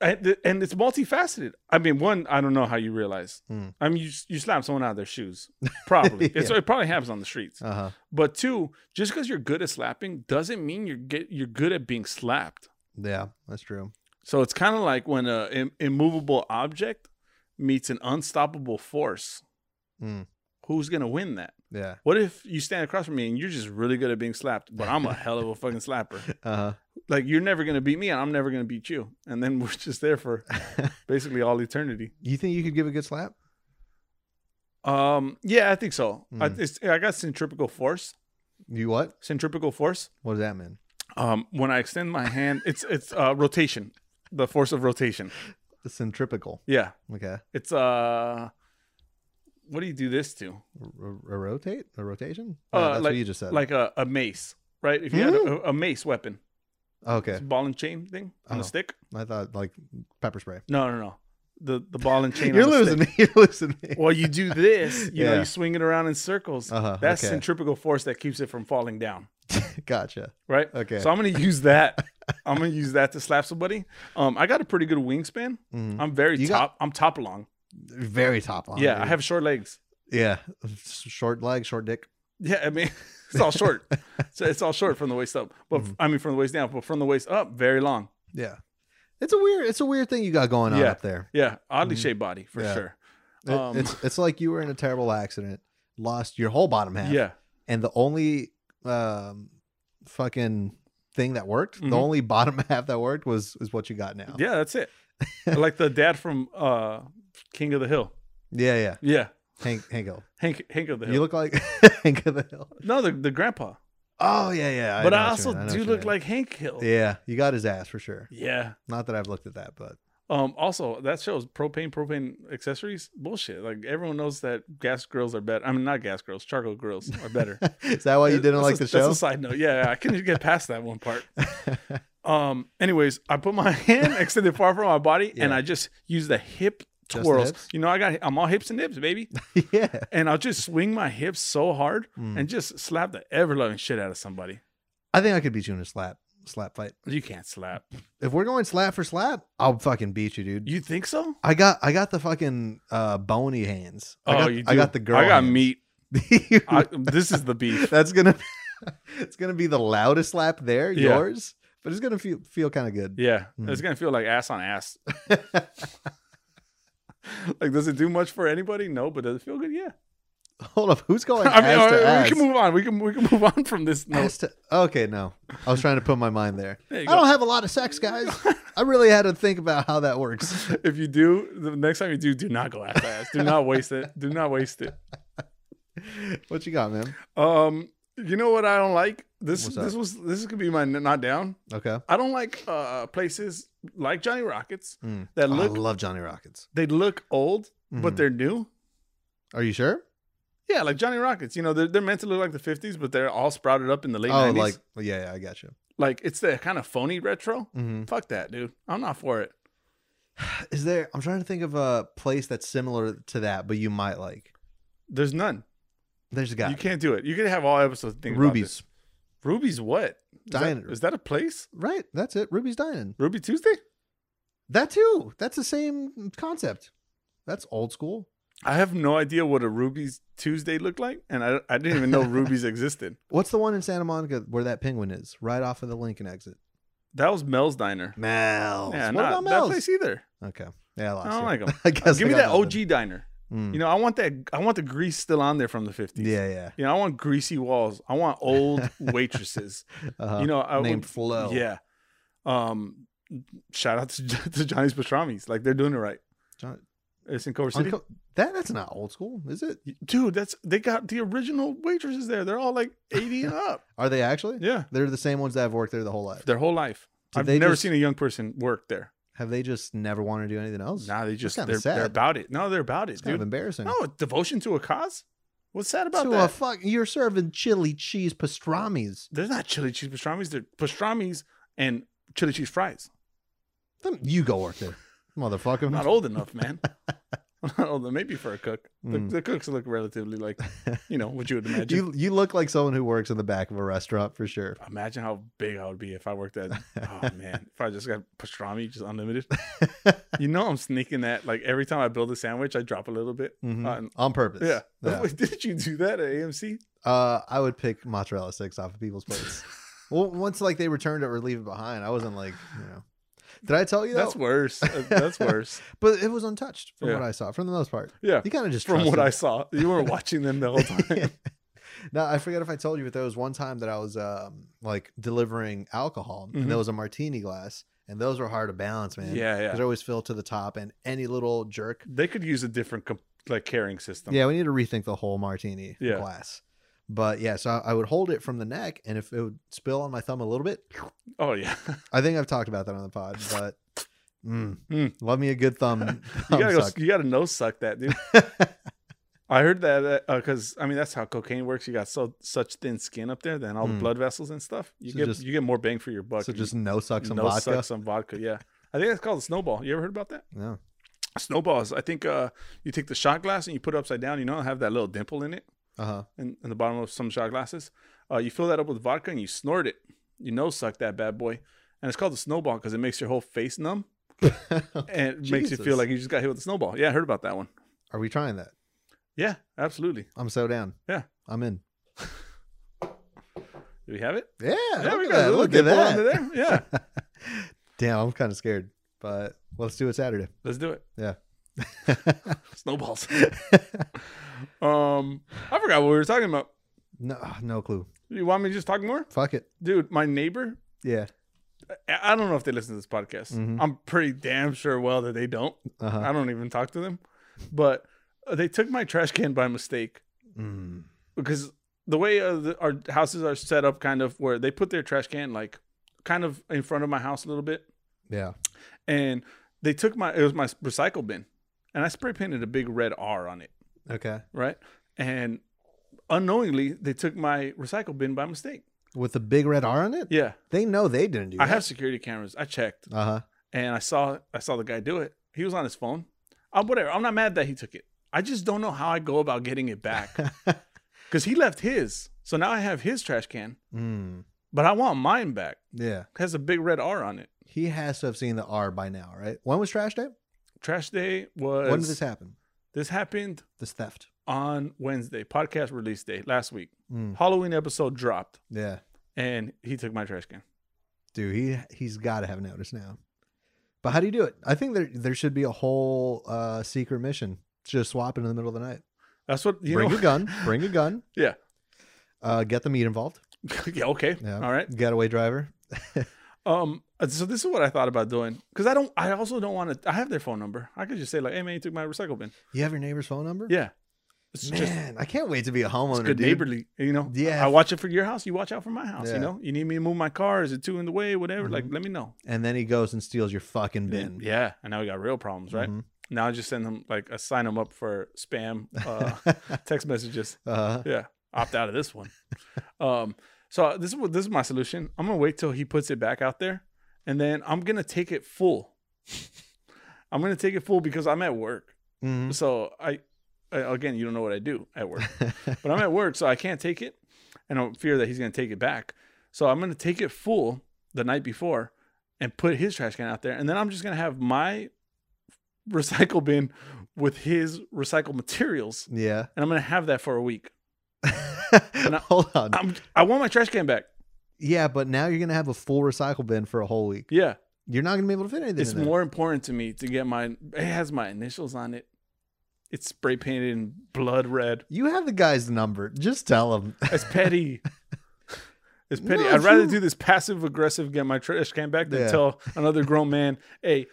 Speaker 1: and, th- and it's multifaceted. I mean, one, I don't know how you realize.
Speaker 2: Mm.
Speaker 1: I mean, you s- you slap someone out of their shoes, probably.
Speaker 2: Yeah.
Speaker 1: it's, it probably happens on the streets.
Speaker 2: Uh huh.
Speaker 1: But two, just because you're good at slapping doesn't mean you're get you're good at being slapped.
Speaker 2: Yeah, that's true.
Speaker 1: So it's kind of like when a Im- immovable object meets an unstoppable force.
Speaker 2: Mm.
Speaker 1: Who's gonna win that?
Speaker 2: Yeah.
Speaker 1: What if you stand across from me and you're just really good at being slapped, but I'm a hell of a fucking slapper.
Speaker 2: Uh
Speaker 1: Like you're never gonna beat me, and I'm never gonna beat you, and then we're just there for
Speaker 2: huh.
Speaker 1: basically all eternity.
Speaker 2: you think you could give a good slap?
Speaker 1: Um, yeah, I think so. I,
Speaker 2: Mm.
Speaker 1: it's, I got centripetal force.
Speaker 2: You what?
Speaker 1: Centripetal force.
Speaker 2: What does that mean?
Speaker 1: Um, when I extend my hand, it's it's uh, rotation, the force of rotation.
Speaker 2: Centripetal.
Speaker 1: Yeah,
Speaker 2: Okay.
Speaker 1: it's uh, what do you do this to?
Speaker 2: A, a rotate? A rotation?
Speaker 1: Uh,
Speaker 2: Oh, that's
Speaker 1: like-
Speaker 2: what you just said.
Speaker 1: like a, a mace, right? If you had
Speaker 2: Hmm.
Speaker 1: a, a mace weapon,
Speaker 2: Oh, okay.
Speaker 1: it's a ball and chain thing on
Speaker 2: Oh.
Speaker 1: a stick.
Speaker 2: I thought like pepper spray.
Speaker 1: No, no, no. The the ball and chain.
Speaker 2: You're
Speaker 1: on a
Speaker 2: losing
Speaker 1: Stick.
Speaker 2: me. You're losing me.
Speaker 1: Well, you do this. You know,
Speaker 2: Yeah.
Speaker 1: you swing it around in circles.
Speaker 2: Uh-huh,
Speaker 1: That's
Speaker 2: okay.
Speaker 1: centripetal force that keeps it from falling down,
Speaker 2: gotcha.
Speaker 1: right?
Speaker 2: Okay.
Speaker 1: So I'm gonna use that. I'm gonna use that to slap somebody. Um, I got a pretty good wingspan.
Speaker 2: Mhm.
Speaker 1: I'm very
Speaker 2: You got-
Speaker 1: top. I'm top long.
Speaker 2: Very top line.
Speaker 1: yeah, I
Speaker 2: dude.
Speaker 1: have short legs.
Speaker 2: Yeah, short leg, short dick.
Speaker 1: Yeah, I mean, it's all short. so it's all short from the waist up. But
Speaker 2: Hmm.
Speaker 1: I mean, from the waist down. But from the waist up, very long.
Speaker 2: Yeah, it's a weird, it's a weird thing you got going on
Speaker 1: Yeah.
Speaker 2: up there.
Speaker 1: Yeah, oddly
Speaker 2: Mhm.
Speaker 1: shaped body for
Speaker 2: Yeah.
Speaker 1: sure.
Speaker 2: It-
Speaker 1: Um,
Speaker 2: it's it's like you were in a terrible accident, lost your whole bottom half.
Speaker 1: Yeah,
Speaker 2: and the only um, fucking thing that worked,
Speaker 1: Mhm.
Speaker 2: the only bottom half that worked was is what you got now.
Speaker 1: yeah, that's it. like the dad from uh King of the Hill.
Speaker 2: yeah, yeah.
Speaker 1: Yeah,
Speaker 2: Hank, Hank Hill.
Speaker 1: Hank Hank of the Hill.
Speaker 2: You look like Hank of the Hill.
Speaker 1: no, the, the grandpa.
Speaker 2: Oh yeah, yeah.
Speaker 1: but
Speaker 2: know
Speaker 1: I
Speaker 2: what you
Speaker 1: also
Speaker 2: mean, know what
Speaker 1: do
Speaker 2: you
Speaker 1: look
Speaker 2: mean.
Speaker 1: like Hank Hill.
Speaker 2: Yeah, you got his ass for sure.
Speaker 1: Yeah.
Speaker 2: Not that I've looked at that, but
Speaker 1: Um. Also, that shows propane propane accessories bullshit. Like everyone knows that gas grills are better. I mean, not gas grills, charcoal grills are better.
Speaker 2: is that why Oh, you didn't
Speaker 1: That's
Speaker 2: like
Speaker 1: a-
Speaker 2: the show?
Speaker 1: That's a side note. Yeah, I couldn't get past that one part. Um. Anyways, I put my hand extended far from my body, and
Speaker 2: Yeah.
Speaker 1: I just use the hip
Speaker 2: Just the
Speaker 1: twirls.
Speaker 2: hips?
Speaker 1: you know, I got I'm all hips and hips, baby.
Speaker 2: yeah.
Speaker 1: and I'll just swing my hips so hard
Speaker 2: Mm.
Speaker 1: and just slap the ever loving shit out of somebody.
Speaker 2: I think I could beat you in a slap slap fight.
Speaker 1: You can't slap.
Speaker 2: If we're going slap for slap, I'll fucking beat you, dude.
Speaker 1: You think so?
Speaker 2: I got I got the fucking uh, bony hands. I
Speaker 1: oh,
Speaker 2: got,
Speaker 1: you do.
Speaker 2: I got the girl.
Speaker 1: I got
Speaker 2: hands.
Speaker 1: meat.
Speaker 2: You-
Speaker 1: I, this is the beef.
Speaker 2: That's gonna it's gonna be the loudest slap there,
Speaker 1: Yeah.
Speaker 2: yours, but it's gonna feel feel kind of good.
Speaker 1: Yeah,
Speaker 2: Mm.
Speaker 1: it's gonna feel like ass on ass. Like, does it do much for anybody? No, but does it feel good? Yeah.
Speaker 2: Hold up, who's going
Speaker 1: I mean,
Speaker 2: ass
Speaker 1: all
Speaker 2: to
Speaker 1: right,
Speaker 2: ass?
Speaker 1: we can move on. We can we can move on from this. No,
Speaker 2: Ass to- okay, no, I was trying to put my mind there.
Speaker 1: There
Speaker 2: I
Speaker 1: you go.
Speaker 2: don't have a lot of sex, guys. I really had to think about how that works.
Speaker 1: if you do, the next time you do, do not go ass to ass. Do not waste it. Do not waste it.
Speaker 2: What you got, man?
Speaker 1: Um, you know what I don't like? This
Speaker 2: What's
Speaker 1: this
Speaker 2: that?
Speaker 1: was this could be my n- not down.
Speaker 2: Okay,
Speaker 1: I don't like uh, places like Johnny Rockets
Speaker 2: Mm.
Speaker 1: that
Speaker 2: Oh, I
Speaker 1: look
Speaker 2: love Johnny Rockets.
Speaker 1: they look old, but
Speaker 2: Mhm.
Speaker 1: they're new.
Speaker 2: Are you sure?
Speaker 1: Yeah, like Johnny Rockets. You know, they're, they're meant to look like the '50s, but they're all sprouted up in the late
Speaker 2: oh,
Speaker 1: '90s.
Speaker 2: like
Speaker 1: Like,
Speaker 2: yeah, yeah, I got you.
Speaker 1: it's the kind of phony retro.
Speaker 2: Mm-hmm.
Speaker 1: Fuck that, dude. I'm not for it.
Speaker 2: Is there? I'm trying to think of a place that's similar to that, but you might like.
Speaker 1: There's none.
Speaker 2: There's a guy.
Speaker 1: You can't do it. You could have all episodes. Think about this.
Speaker 2: Ruby's.
Speaker 1: Ruby's what? Is that-
Speaker 2: Diner.
Speaker 1: Is that a place?
Speaker 2: Right. That's it. Ruby's Dining.
Speaker 1: Ruby Tuesday?
Speaker 2: That too. That's the same concept. That's old school.
Speaker 1: I have no idea what a Ruby's Tuesday looked like, and I, I didn't even know Ruby's existed.
Speaker 2: What's the one in Santa Monica where that penguin is? Right off of the Lincoln exit.
Speaker 1: That was Mel's Diner.
Speaker 2: Mel's.
Speaker 1: Yeah,
Speaker 2: what
Speaker 1: not
Speaker 2: about
Speaker 1: that
Speaker 2: Mel's?
Speaker 1: place either.
Speaker 2: Okay. Yeah, I lost
Speaker 1: I don't
Speaker 2: you.
Speaker 1: like 'em.
Speaker 2: I guess
Speaker 1: Give
Speaker 2: I
Speaker 1: me
Speaker 2: got
Speaker 1: that
Speaker 2: nothing.
Speaker 1: OG diner.
Speaker 2: Mm.
Speaker 1: You know, I want that. I want the grease still on there from the fifties.
Speaker 2: Yeah, yeah.
Speaker 1: You know, I want greasy walls. I want old waitresses.
Speaker 2: Uh-huh.
Speaker 1: you know, I
Speaker 2: named
Speaker 1: would,
Speaker 2: Flo.
Speaker 1: yeah. Um, shout out to, to Johnny's Pastrami's. Like they're doing it right.
Speaker 2: John-
Speaker 1: It's in Culver City,
Speaker 2: Unco- that that's not old school, is it?
Speaker 1: dude. That's they got the original waitresses there. They're all like eighty and up.
Speaker 2: Are they actually?
Speaker 1: Yeah,
Speaker 2: They're the same ones that have worked there the whole life.
Speaker 1: their whole life.
Speaker 2: Did
Speaker 1: I've
Speaker 2: they
Speaker 1: never
Speaker 2: just-
Speaker 1: seen a young person work there.
Speaker 2: Have they just never wanted to do anything else?
Speaker 1: Nah, they just
Speaker 2: kinda
Speaker 1: they're,
Speaker 2: sad.
Speaker 1: they're about it. No, they're about it,
Speaker 2: it's kind of
Speaker 1: dude.
Speaker 2: embarrassing.
Speaker 1: No, devotion to a cause. What's sad about
Speaker 2: to
Speaker 1: that?
Speaker 2: a fuck, you're serving chili cheese pastrami's.
Speaker 1: they're not chili cheese pastrami's. They're pastrami's and chili cheese fries.
Speaker 2: Them- You go work there, motherfucker.
Speaker 1: I'm not old enough, man. I'm not old enough. Maybe for a cook. The,
Speaker 2: Mm.
Speaker 1: the cooks look relatively like, you know, what you would imagine.
Speaker 2: You you look like someone who works in the back of a restaurant for sure.
Speaker 1: Imagine how big I would be if I worked at. Oh man, if I just got pastrami, just unlimited. you know, I'm sneaking that. Like every time I build a sandwich, I drop a little bit.
Speaker 2: Mhm.
Speaker 1: Uh,
Speaker 2: On purpose.
Speaker 1: yeah. Wait, didn't you do that at AMC?
Speaker 2: Uh, I would pick mozzarella sticks off of people's plates. well, once like they returned it or leave it behind, I wasn't like, you know. Did I tell you
Speaker 1: That's
Speaker 2: that?
Speaker 1: worse. Uh, That's worse.
Speaker 2: But it was untouched from
Speaker 1: Yeah.
Speaker 2: what I saw, from the most part.
Speaker 1: Yeah.
Speaker 2: You kind of just
Speaker 1: From what I
Speaker 2: trusted-
Speaker 1: saw, you were watching them the whole time.
Speaker 2: no, I forget if I told you, but there was one time that I was um like delivering alcohol,
Speaker 1: Mhm.
Speaker 2: and there was a martini glass, and those were hard to balance, man.
Speaker 1: yeah,
Speaker 2: because
Speaker 1: yeah.
Speaker 2: they're always filled to the top, and any little jerk.
Speaker 1: They could use a different comp- like carrying system.
Speaker 2: Yeah, we need to rethink the whole martini
Speaker 1: Oh. Yeah.
Speaker 2: glass. But yeah, so I, I would hold it from the neck, and if it would spill on my thumb a little bit,
Speaker 1: Oh yeah.
Speaker 2: I think I've talked about that on the pod, but mm,
Speaker 1: Mm.
Speaker 2: love me a good thumb.
Speaker 1: You
Speaker 2: thumb
Speaker 1: gotta go,
Speaker 2: suck.
Speaker 1: you gotta nose suck that dude. I heard that because I mean that's how cocaine works. You got so such thin skin up there, then all the
Speaker 2: Mm.
Speaker 1: blood vessels and stuff. You
Speaker 2: So
Speaker 1: get
Speaker 2: just-
Speaker 1: you get more bang for your buck.
Speaker 2: so
Speaker 1: if
Speaker 2: just
Speaker 1: you
Speaker 2: no suck some
Speaker 1: nose
Speaker 2: vodka.
Speaker 1: suck some vodka. Yeah, I think that's called a snowball. You ever heard about that?
Speaker 2: No.
Speaker 1: Snowballs. I think uh, you take the shot glass and you put it upside down. You know, it'll have that little dimple in it,
Speaker 2: Uh huh.
Speaker 1: in, in the bottom of some shot glasses. Uh, you fill that up with vodka and you snort it. You nose suck that bad boy, and it's called a snowball because it makes your whole face numb and it makes you
Speaker 2: Jesus.
Speaker 1: feel like you just got hit with a snowball. Yeah, I heard about that one.
Speaker 2: Are we trying that?
Speaker 1: Yeah, absolutely.
Speaker 2: I'm so down.
Speaker 1: Yeah.
Speaker 2: I'm in.
Speaker 1: Do we have it?
Speaker 2: Yeah.
Speaker 1: Yeah,
Speaker 2: look
Speaker 1: we got
Speaker 2: at
Speaker 1: a
Speaker 2: that.
Speaker 1: little
Speaker 2: Look at
Speaker 1: dimple under
Speaker 2: that.
Speaker 1: there. Yeah,
Speaker 2: Damn, I'm kind of scared, but let's do it Saturday.
Speaker 1: let's do it.
Speaker 2: Yeah.
Speaker 1: Snowballs. um, I forgot what we were talking about.
Speaker 2: no, no clue.
Speaker 1: You want me to just talk more,
Speaker 2: Fuck it.
Speaker 1: dude? My neighbor.
Speaker 2: Yeah.
Speaker 1: I I don't know if they listen to this podcast.
Speaker 2: Mhm.
Speaker 1: I'm pretty damn sure well that they don't.
Speaker 2: Uh huh.
Speaker 1: I don't even talk to them, but uh, they took my trash can by mistake
Speaker 2: Mm.
Speaker 1: because the way uh, the, our houses are set up, kind of where they put their trash can like kind of in front of my house a little bit.
Speaker 2: Yeah.
Speaker 1: and they took my it was my recycle bin and i spray painted a big red r on it
Speaker 2: Okay.
Speaker 1: right and unknowingly they took my recycle bin by mistake
Speaker 2: With the big red R on it,
Speaker 1: yeah
Speaker 2: they know they didn't do.
Speaker 1: i have security cameras i checked
Speaker 2: Uh huh.
Speaker 1: and i saw i saw the guy do it he was on his phone i'm whatever i'm not mad that he took it i just don't know how i go about getting it back because he left his so now i have his trash can
Speaker 2: Mm.
Speaker 1: but i want mine back
Speaker 2: Yeah.
Speaker 1: it has a big red r on it
Speaker 2: He has to have seen the R by now, right? When was trash day?
Speaker 1: trash day was
Speaker 2: When did this happen?
Speaker 1: this happened
Speaker 2: This theft.
Speaker 1: on wednesday podcast release day last week
Speaker 2: Mm.
Speaker 1: Halloween episode dropped,
Speaker 2: Yeah,
Speaker 1: and he took my trash can.
Speaker 2: dude, he he's got to have noticed now. But how do you do it? I think there there should be a whole uh, secret mission. Just swap it in the middle of the night.
Speaker 1: That's what you
Speaker 2: bring
Speaker 1: know.
Speaker 2: a gun. Bring a gun.
Speaker 1: Yeah.
Speaker 2: Uh, get the meat involved.
Speaker 1: yeah. Okay.
Speaker 2: Yeah.
Speaker 1: All right.
Speaker 2: Getaway driver.
Speaker 1: Um. So this is what I thought about doing because I don't. I also don't want to. I have their phone number. I could just say like, "Hey man, you took my recycle bin."
Speaker 2: You have your neighbor's phone number.
Speaker 1: Yeah. It's
Speaker 2: Man,
Speaker 1: just
Speaker 2: I can't wait to be a homeowner.
Speaker 1: it's good
Speaker 2: dude.
Speaker 1: neighborly. You know.
Speaker 2: Yeah.
Speaker 1: I watch it for your house. You watch out for my house.
Speaker 2: Yeah.
Speaker 1: You know. You need me to move my car? Is it two in the way? Whatever. Like, let me know.
Speaker 2: And then he goes and steals your fucking bin.
Speaker 1: Yeah. And now we got real problems, right?
Speaker 2: Mhm.
Speaker 1: Now I just send them like I sign them up for spam uh, text messages.
Speaker 2: Uh,
Speaker 1: Yeah, opt out of this one. um, so this is what this is my solution. I'm gonna wait till he puts it back out there, and then I'm gonna take it full. I'm gonna take it full because I'm at work,
Speaker 2: mhm.
Speaker 1: so I uh, again, you don't know what I do at work, but I'm at work, so I can't take it, and I fear that he's gonna take it back. So I'm gonna take it full the night before, and put his trash can out there, and then I'm just gonna have my recycle bin with his recycled materials,
Speaker 2: yeah.
Speaker 1: and I'm gonna have that for a week.
Speaker 2: Hold on.
Speaker 1: I'm, I want my trash can back.
Speaker 2: yeah, but now you're gonna have a full recycle bin for a whole week.
Speaker 1: Yeah,
Speaker 2: You're not gonna be able to fit anything.
Speaker 1: it's
Speaker 2: in there.
Speaker 1: more important to me to get my. It has my initials on it. It's spray painted in blood red.
Speaker 2: You have the guy's number. Just tell him.
Speaker 1: It's petty. It's petty.
Speaker 2: No,
Speaker 1: I'd
Speaker 2: if
Speaker 1: rather
Speaker 2: you-
Speaker 1: do this passive aggressive get my trash can back than
Speaker 2: Yeah.
Speaker 1: tell another grown man, "Hey,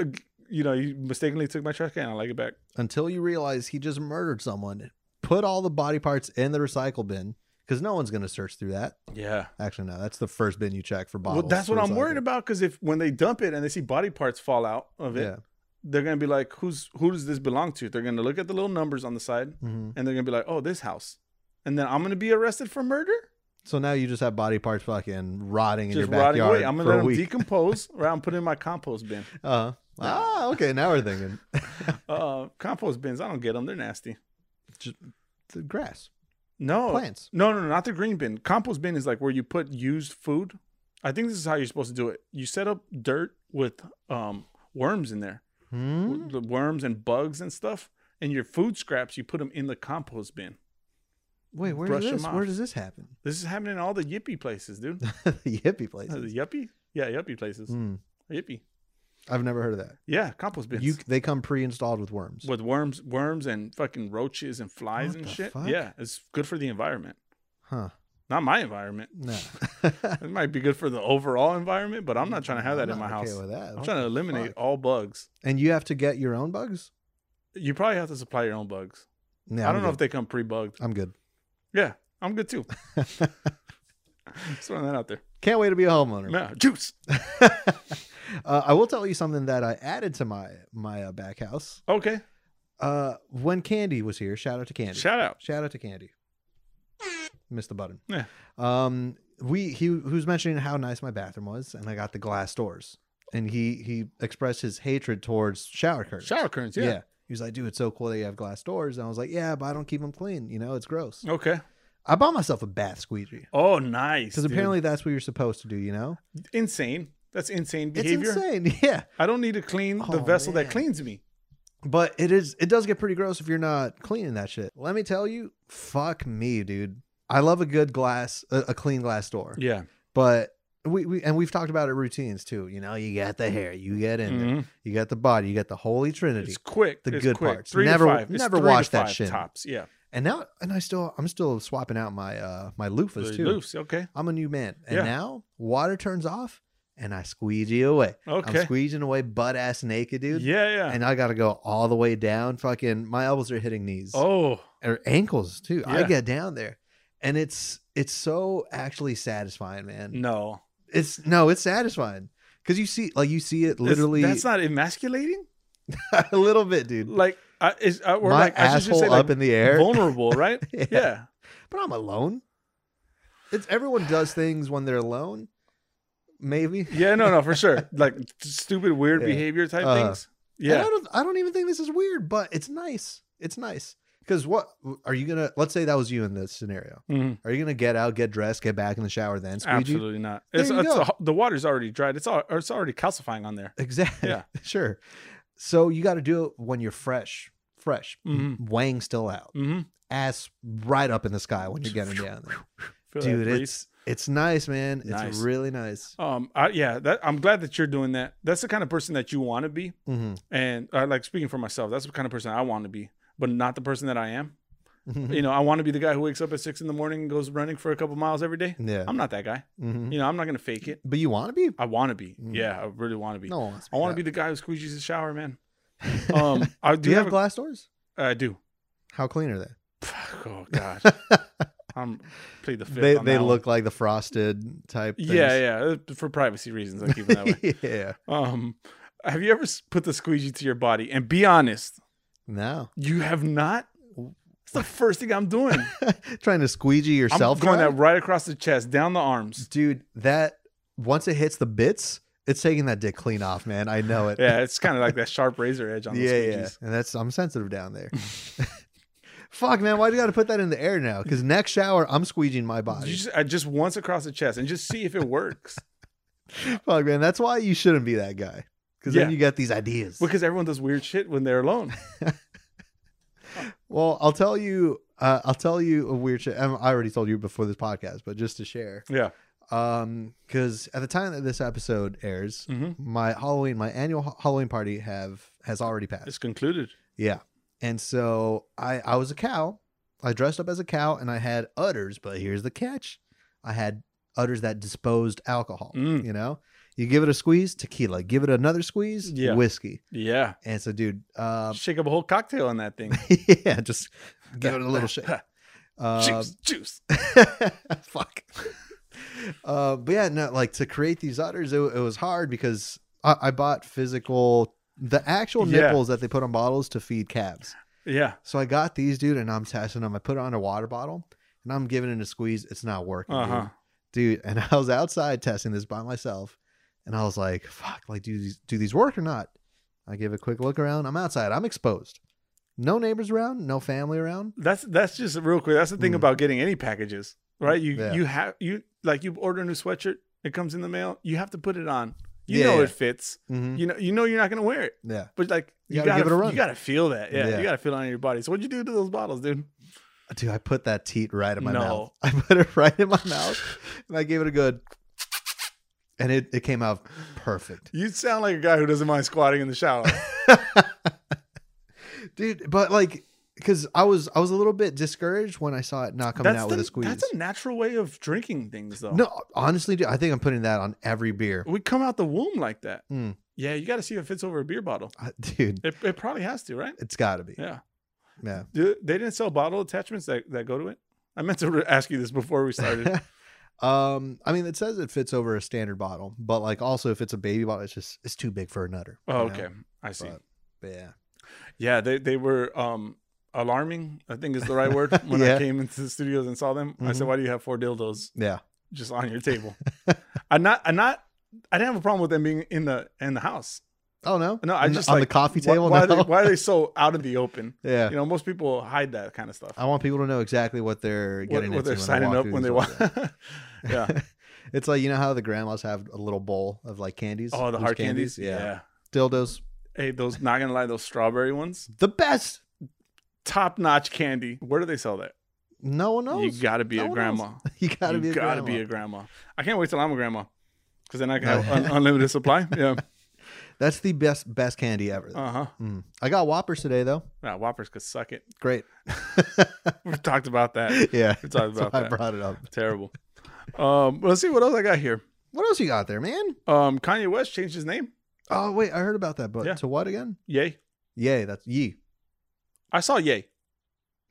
Speaker 1: uh, you know, you mistakenly took my trash can. I like it back."
Speaker 2: Until you realize he just murdered someone, put all the body parts in the recycle bin because no one's gonna search through that.
Speaker 1: Yeah.
Speaker 2: Actually, no. That's the first bin you check for bottles.
Speaker 1: well, that's what
Speaker 2: for
Speaker 1: I'm worried
Speaker 2: recycle.
Speaker 1: about because if when they dump it and they see body parts fall out of it, they're gonna be like, "Who's who does this belong to?" They're gonna look at the little numbers on the side
Speaker 2: Yeah. hmm
Speaker 1: and they're gonna be like, "Oh, this house," and then I'm gonna be arrested for murder.
Speaker 2: So now you just have body parts fucking rotting in
Speaker 1: just
Speaker 2: your
Speaker 1: rotting
Speaker 2: backyard
Speaker 1: away. I'm gonna
Speaker 2: for
Speaker 1: let
Speaker 2: a
Speaker 1: them
Speaker 2: week.
Speaker 1: decompose. right, I'm putting in my compost bin.
Speaker 2: uh, ah, okay. Now we're thinking
Speaker 1: Uh, compost bins. I don't get them. They're nasty.
Speaker 2: the grass,
Speaker 1: No,
Speaker 2: plants.
Speaker 1: no, no, no, not the green bin. Compost bin is like where you put used food. I think this is how you're supposed to do it. You set up dirt with um, worms in there,
Speaker 2: Hmm?
Speaker 1: the worms and bugs and stuff, and your food scraps. You put them in the compost bin.
Speaker 2: Wait, where
Speaker 1: brush
Speaker 2: is
Speaker 1: 'em
Speaker 2: this? Where
Speaker 1: off.
Speaker 2: does this happen?
Speaker 1: This is happening in all the yippie places, dude.
Speaker 2: the hippie
Speaker 1: Uh, the
Speaker 2: places.
Speaker 1: yuppie, yeah, yuppie places.
Speaker 2: Hmm.
Speaker 1: Yippie,
Speaker 2: I've never heard of that.
Speaker 1: yeah, compost bins.
Speaker 2: You they come pre-installed with worms.
Speaker 1: with worms, worms and fucking roaches and flies
Speaker 2: What
Speaker 1: and
Speaker 2: the
Speaker 1: shit.
Speaker 2: fuck?
Speaker 1: Yeah, it's good for the environment.
Speaker 2: Huh?
Speaker 1: Not my environment.
Speaker 2: No.
Speaker 1: It might be good for the overall environment, but I'm not trying to have that in my
Speaker 2: okay
Speaker 1: house.
Speaker 2: With that.
Speaker 1: I'm
Speaker 2: What
Speaker 1: trying to
Speaker 2: the
Speaker 1: eliminate
Speaker 2: fuck?
Speaker 1: all bugs.
Speaker 2: And you have to get your own bugs.
Speaker 1: You probably have to supply your own bugs.
Speaker 2: No,
Speaker 1: I don't know if they come pre-bugged.
Speaker 2: I'm good.
Speaker 1: Yeah, I'm good too. Just throwing that out there.
Speaker 2: Can't wait to be a homeowner.
Speaker 1: Yeah, juice.
Speaker 2: uh, I will tell you something that I added to my my uh, back house.
Speaker 1: Okay.
Speaker 2: Uh, when Candy was here, shout out to Candy.
Speaker 1: Shout out.
Speaker 2: Shout out to Candy. Missed the button.
Speaker 1: Yeah.
Speaker 2: Um, we he, he was mentioning how nice my bathroom was, and I got the glass doors. And he he expressed his hatred towards shower curtains.
Speaker 1: Shower curtains.
Speaker 2: yeah.
Speaker 1: Yeah.
Speaker 2: He was like, dude, it's so cool that you have glass doors. And I was like, yeah, but I don't keep them clean. You know, it's gross.
Speaker 1: Okay.
Speaker 2: I bought myself a bath squeegee
Speaker 1: Oh, nice.
Speaker 2: because
Speaker 1: dude.
Speaker 2: apparently that's what you're supposed to do. You know,
Speaker 1: insane. That's insane behavior.
Speaker 2: it's insane. Yeah,
Speaker 1: I don't need to clean the
Speaker 2: Oh,
Speaker 1: vessel that
Speaker 2: man.
Speaker 1: cleans me.
Speaker 2: but it is. It does get pretty gross if you're not cleaning that shit. Let me tell you, fuck me, dude. I love a good glass, a, a clean glass door.
Speaker 1: Yeah.
Speaker 2: but we, we and we've talked about it routines too. You know, you got the hair, you get in there,
Speaker 1: Mhm.
Speaker 2: you got the body, you got the holy trinity.
Speaker 1: It's quick.
Speaker 2: The
Speaker 1: it's
Speaker 2: good
Speaker 1: quick.
Speaker 2: parts.
Speaker 1: Three
Speaker 2: Never-
Speaker 1: to five. It's
Speaker 2: never
Speaker 1: three to
Speaker 2: wash that
Speaker 1: five
Speaker 2: shit.
Speaker 1: Tops. Yeah.
Speaker 2: and now, and I still, I'm still swapping out my uh my loofahs too.
Speaker 1: Loose. Okay.
Speaker 2: I'm a new man, and
Speaker 1: Yeah.
Speaker 2: now water turns off, and I squeegee away. I'm
Speaker 1: Okay.
Speaker 2: squeezing away butt ass naked, dude.
Speaker 1: Yeah. Yeah.
Speaker 2: And I got to go all the way down. Fucking, my elbows are hitting knees
Speaker 1: oh.
Speaker 2: or ankles too. I
Speaker 1: Yeah.
Speaker 2: get down there, and it's it's so actually satisfying, man.
Speaker 1: No.
Speaker 2: It's no, it's satisfying because you see, like you see it literally
Speaker 1: It's- that's not emasculating.
Speaker 2: a little bit, dude.
Speaker 1: Like I, is, I we're
Speaker 2: My
Speaker 1: like I should just
Speaker 2: asshole
Speaker 1: say
Speaker 2: up
Speaker 1: like
Speaker 2: in the air,
Speaker 1: vulnerable, right?
Speaker 2: Yeah.
Speaker 1: yeah.
Speaker 2: but I'm alone. It's everyone does things when they're alone, maybe.
Speaker 1: Yeah. No. No. For sure. Like stupid, weird
Speaker 2: Yeah.
Speaker 1: behavior type
Speaker 2: Uh,
Speaker 1: things.
Speaker 2: And
Speaker 1: Yeah.
Speaker 2: I don't. I don't even think this is weird, but it's nice. It's nice because what are you gonna? Let's say that was you in this scenario.
Speaker 1: Mhm.
Speaker 2: Are you gonna get out, get dressed, get back in the shower, then squeegee?
Speaker 1: Absolutely not.
Speaker 2: There
Speaker 1: It's,
Speaker 2: you
Speaker 1: it's
Speaker 2: go.
Speaker 1: a- the water's already dried. It's all it's already calcifying on there.
Speaker 2: Exactly.
Speaker 1: Yeah.
Speaker 2: Sure. So you got to do it when you're fresh, fresh,
Speaker 1: Mhm.
Speaker 2: wang still out,
Speaker 1: Mm-hmm.
Speaker 2: ass right up in the sky when you're getting down there.
Speaker 1: Feel that
Speaker 2: dude
Speaker 1: breeze.
Speaker 2: it's it's nice man it's
Speaker 1: Nice.
Speaker 2: really nice
Speaker 1: um. I, yeah. That I'm glad that you're doing that. That's the kind of person that you want to be.
Speaker 2: Mhm.
Speaker 1: And I like speaking for myself. That's the kind of person I want to be, but not the person that I am.
Speaker 2: Mm-hmm.
Speaker 1: You know, I want to be the guy who wakes up at six in the morning and goes running for a couple miles every day.
Speaker 2: Mm-hmm. yeah
Speaker 1: I'm not that guy.
Speaker 2: Mhm.
Speaker 1: You know, I'm not gonna fake it.
Speaker 2: but you want to be
Speaker 1: I want to be.
Speaker 2: Mm.
Speaker 1: Yeah, I really want to be.
Speaker 2: no one wants
Speaker 1: I want to be the guy who squeezes the shower, man. Um, I do,
Speaker 2: do you have
Speaker 1: have.
Speaker 2: glass doors
Speaker 1: a- I do.
Speaker 2: how clean are they
Speaker 1: Oh God, I'm plead the fifth.
Speaker 2: they
Speaker 1: on
Speaker 2: they
Speaker 1: that one.
Speaker 2: look like the frosted type things.
Speaker 1: Yeah, yeah. Uh, For privacy reasons, I keep them that way.
Speaker 2: yeah
Speaker 1: Um, have you ever s- put the squeegee to your body? And be honest,
Speaker 2: no
Speaker 1: you have not. It's the first thing I'm doing.
Speaker 2: trying to squeegee
Speaker 1: I'm
Speaker 2: yourself
Speaker 1: going
Speaker 2: dry?
Speaker 1: that right across the chest, down the arms.
Speaker 2: dude that once it hits the bits it's taking that dick clean off man i know it
Speaker 1: Yeah, it's kind of like that sharp razor edge on the
Speaker 2: yeah, yeah.
Speaker 1: squeegees.
Speaker 2: and that's i'm sensitive down there Fuck, man, why do you got to put that in the air now? Because next shower, I'm squeegeeing my
Speaker 1: You
Speaker 2: body.
Speaker 1: Just, I just once across the chest and just see if it works
Speaker 2: Fuck, man, that's why you shouldn't be that guy. Because
Speaker 1: Yeah.
Speaker 2: then you got these ideas.
Speaker 1: because everyone does weird shit when they're alone.
Speaker 2: Well, I'll tell you. Uh, I'll tell you a weird shit. um, I already told you before this podcast, but just to share.
Speaker 1: Yeah.
Speaker 2: Um, because at the time that this episode airs,
Speaker 1: hmm
Speaker 2: my Halloween, my annual ha- Halloween party have has already passed.
Speaker 1: It's concluded.
Speaker 2: Yeah. And so I I was a cow. I dressed up as a cow and I had udders, but here's the catch. I had udders that disposed alcohol,
Speaker 1: Mm.
Speaker 2: you know? You give it a squeeze, tequila. Give it another squeeze,
Speaker 1: Yeah.
Speaker 2: whiskey.
Speaker 1: Yeah.
Speaker 2: And so dude, um
Speaker 1: Shake up a whole cocktail on that thing.
Speaker 2: yeah, just give it a little shake. Um,
Speaker 1: juice, juice.
Speaker 2: fuck. Uh, but yeah, no, like to create these udders, it, it was hard because I, I bought physical, the actual
Speaker 1: Yeah.
Speaker 2: nipples that they put on bottles to feed calves.
Speaker 1: Yeah.
Speaker 2: So I got these, dude, and I'm testing them. I put it on a water bottle and I'm giving it a squeeze. It's not working,
Speaker 1: Uh huh.
Speaker 2: dude. dude. And I was outside testing this by myself, and I was like, "Fuck! Like, do these do these work or not?" I give a quick look around. I'm outside. I'm exposed. No neighbors around. No family around.
Speaker 1: That's that's just real quick. That's the thing
Speaker 2: Mm.
Speaker 1: about getting any packages, right? You
Speaker 2: Yeah.
Speaker 1: you have you like you order a new sweatshirt. It comes in the mail. You have to put it on. You
Speaker 2: Yeah,
Speaker 1: know
Speaker 2: yeah.
Speaker 1: it fits.
Speaker 2: hmm
Speaker 1: You know you know you're not gonna wear it,
Speaker 2: Yeah.
Speaker 1: but like
Speaker 2: You
Speaker 1: you,
Speaker 2: gotta
Speaker 1: gotta,
Speaker 2: give it a run.
Speaker 1: You gotta feel that. Yeah,
Speaker 2: Yeah.
Speaker 1: you gotta feel it on your body. So what'd you do to those bottles, dude?
Speaker 2: Dude, I put that teat right in my
Speaker 1: No.
Speaker 2: mouth. I put it right in my mouth, and I gave it a good, and it it came out perfect.
Speaker 1: You sound like a guy who doesn't mind squatting in the shower.
Speaker 2: dude but like because i was i was a little bit discouraged when i saw it not coming
Speaker 1: that's
Speaker 2: out
Speaker 1: the,
Speaker 2: with a squeeze
Speaker 1: That's a natural way of drinking things, though.
Speaker 2: no honestly dude i think i'm putting that on every beer
Speaker 1: we come out the womb like that.
Speaker 2: Mm.
Speaker 1: Yeah, you got to see if it fits over a beer bottle.
Speaker 2: Uh, dude
Speaker 1: It, it probably has to, right?
Speaker 2: it's gotta be
Speaker 1: Yeah.
Speaker 2: yeah
Speaker 1: Do, they didn't sell bottle attachments that, that go to it. I meant to re- ask you this before we started.
Speaker 2: um i mean it says it fits over a standard bottle but like also if it's a baby bottle it's just it's too big for a nutter
Speaker 1: oh,
Speaker 2: you know?
Speaker 1: okay. I see.
Speaker 2: But, but yeah
Speaker 1: Yeah, they, they were um, alarming, I think is the right word. When
Speaker 2: Yeah.
Speaker 1: I came into the studios and saw them, I said,
Speaker 2: Mhm.
Speaker 1: Why do you have four dildos
Speaker 2: yeah
Speaker 1: just on your table? I'm not, I'm not, I didn't have a problem with them being in the in the house.
Speaker 2: oh no
Speaker 1: No, I
Speaker 2: On the-
Speaker 1: just
Speaker 2: on
Speaker 1: like,
Speaker 2: the coffee
Speaker 1: why-
Speaker 2: table
Speaker 1: Why,
Speaker 2: now?
Speaker 1: Are they, why are they so out in the open?
Speaker 2: yeah Oh,
Speaker 1: You know, most people hide that kind of stuff.
Speaker 2: i want people to know exactly what they're
Speaker 1: What,
Speaker 2: getting
Speaker 1: what
Speaker 2: into
Speaker 1: they're
Speaker 2: when
Speaker 1: signing
Speaker 2: walk
Speaker 1: up
Speaker 2: through
Speaker 1: when
Speaker 2: these
Speaker 1: they walk.
Speaker 2: doors.
Speaker 1: yeah.
Speaker 2: it's like you know how the grandmas have a little bowl of like candies
Speaker 1: Oh, the
Speaker 2: loose
Speaker 1: hard candies.
Speaker 2: yeah
Speaker 1: yeah.
Speaker 2: dildos
Speaker 1: Hey, those not gonna lie, those strawberry ones,
Speaker 2: the best
Speaker 1: top notch candy. Where do they sell that?
Speaker 2: no one knows
Speaker 1: You gotta be
Speaker 2: No
Speaker 1: a
Speaker 2: one
Speaker 1: grandma.
Speaker 2: You gotta
Speaker 1: you
Speaker 2: be. A
Speaker 1: gotta
Speaker 2: grandma.
Speaker 1: be a grandma. I can't wait till I'm a grandma, because then I can
Speaker 2: No.
Speaker 1: have un- unlimited supply. Yeah.
Speaker 2: That's the best best candy ever.
Speaker 1: Uh huh.
Speaker 2: Mm. I got Whoppers today though.
Speaker 1: Nah, Whoppers could suck it.
Speaker 2: Great.
Speaker 1: We've talked about that.
Speaker 2: yeah,
Speaker 1: We talked
Speaker 2: that's why
Speaker 1: about
Speaker 2: I
Speaker 1: that.
Speaker 2: brought it up.
Speaker 1: Terrible. Um, let's see what else I got here.
Speaker 2: What else you got there, man?
Speaker 1: Um, Kanye West changed his name.
Speaker 2: Oh wait, I heard about that. But
Speaker 1: Yeah.
Speaker 2: to what again?
Speaker 1: Yay.
Speaker 2: Yay, that's ye.
Speaker 1: I saw Yay.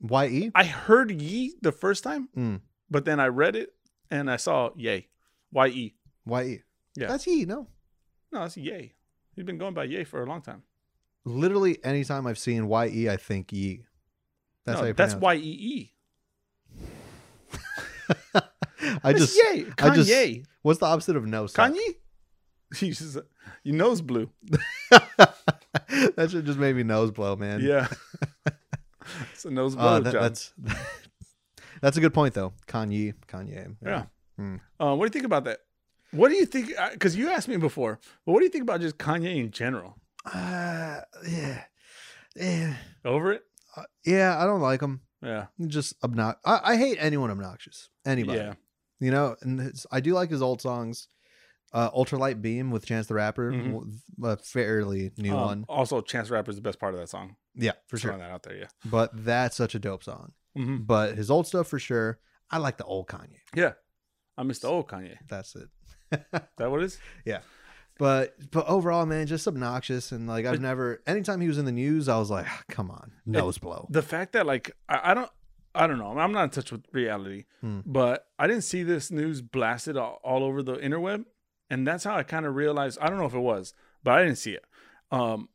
Speaker 2: Y e.
Speaker 1: I heard Ye the first time,
Speaker 2: Mm.
Speaker 1: but then I read it and I saw Yay. Y E.
Speaker 2: Y e.
Speaker 1: Yeah.
Speaker 2: That's ye. No.
Speaker 1: No, that's Yay. He's been going by Yay for a long time.
Speaker 2: Literally, anytime I've seen Y E, I think ye. That's
Speaker 1: No,
Speaker 2: how you
Speaker 1: that's
Speaker 2: pronounce
Speaker 1: Y E E.
Speaker 2: it. I just.
Speaker 1: Yay.
Speaker 2: I just-
Speaker 1: Kanye.
Speaker 2: What's the opposite of no? Suck?
Speaker 1: Kanye. He's just, your nose blue.
Speaker 2: that should just made me nose blow, man.
Speaker 1: yeah. it's a nose blow
Speaker 2: Uh, that-
Speaker 1: job.
Speaker 2: that's that's a good point though. Kanye, Kanye.
Speaker 1: Yeah.
Speaker 2: Mm.
Speaker 1: Uh, what do you think about that? What do you think? Because you asked me before, but what do you think about just Kanye in general?
Speaker 2: Uh, yeah. Yeah.
Speaker 1: Over it?
Speaker 2: Uh, yeah, I don't like him.
Speaker 1: Yeah.
Speaker 2: Just obnoxious. I, I hate anyone obnoxious. Anybody.
Speaker 1: Yeah.
Speaker 2: You know, and his, I do like his old songs. Uh, Ultralight Beam with Chance the Rapper,
Speaker 1: Mhm.
Speaker 2: w- a fairly new
Speaker 1: Um,
Speaker 2: one.
Speaker 1: Also, Chance the Rapper is the best part of that song.
Speaker 2: Yeah, for
Speaker 1: Just
Speaker 2: sure.
Speaker 1: throwing that out there. Yeah.
Speaker 2: But that's such a dope song.
Speaker 1: hmm
Speaker 2: But his old stuff for sure. I like the old Kanye.
Speaker 1: Yeah. I missed the old Kanye. Is
Speaker 2: That's it.
Speaker 1: that what it is?
Speaker 2: But but overall, man, just obnoxious and like I've
Speaker 1: It-
Speaker 2: never. Anytime he was in the news, I was like, "Ah, come on, nose blow.
Speaker 1: the fact that like I, I don't I don't know I'm not in touch with reality,
Speaker 2: Hmm.
Speaker 1: but I didn't see this news blasted all, all over the interweb, and that's how I kind of realized I don't know if it was, but I didn't see it. Um,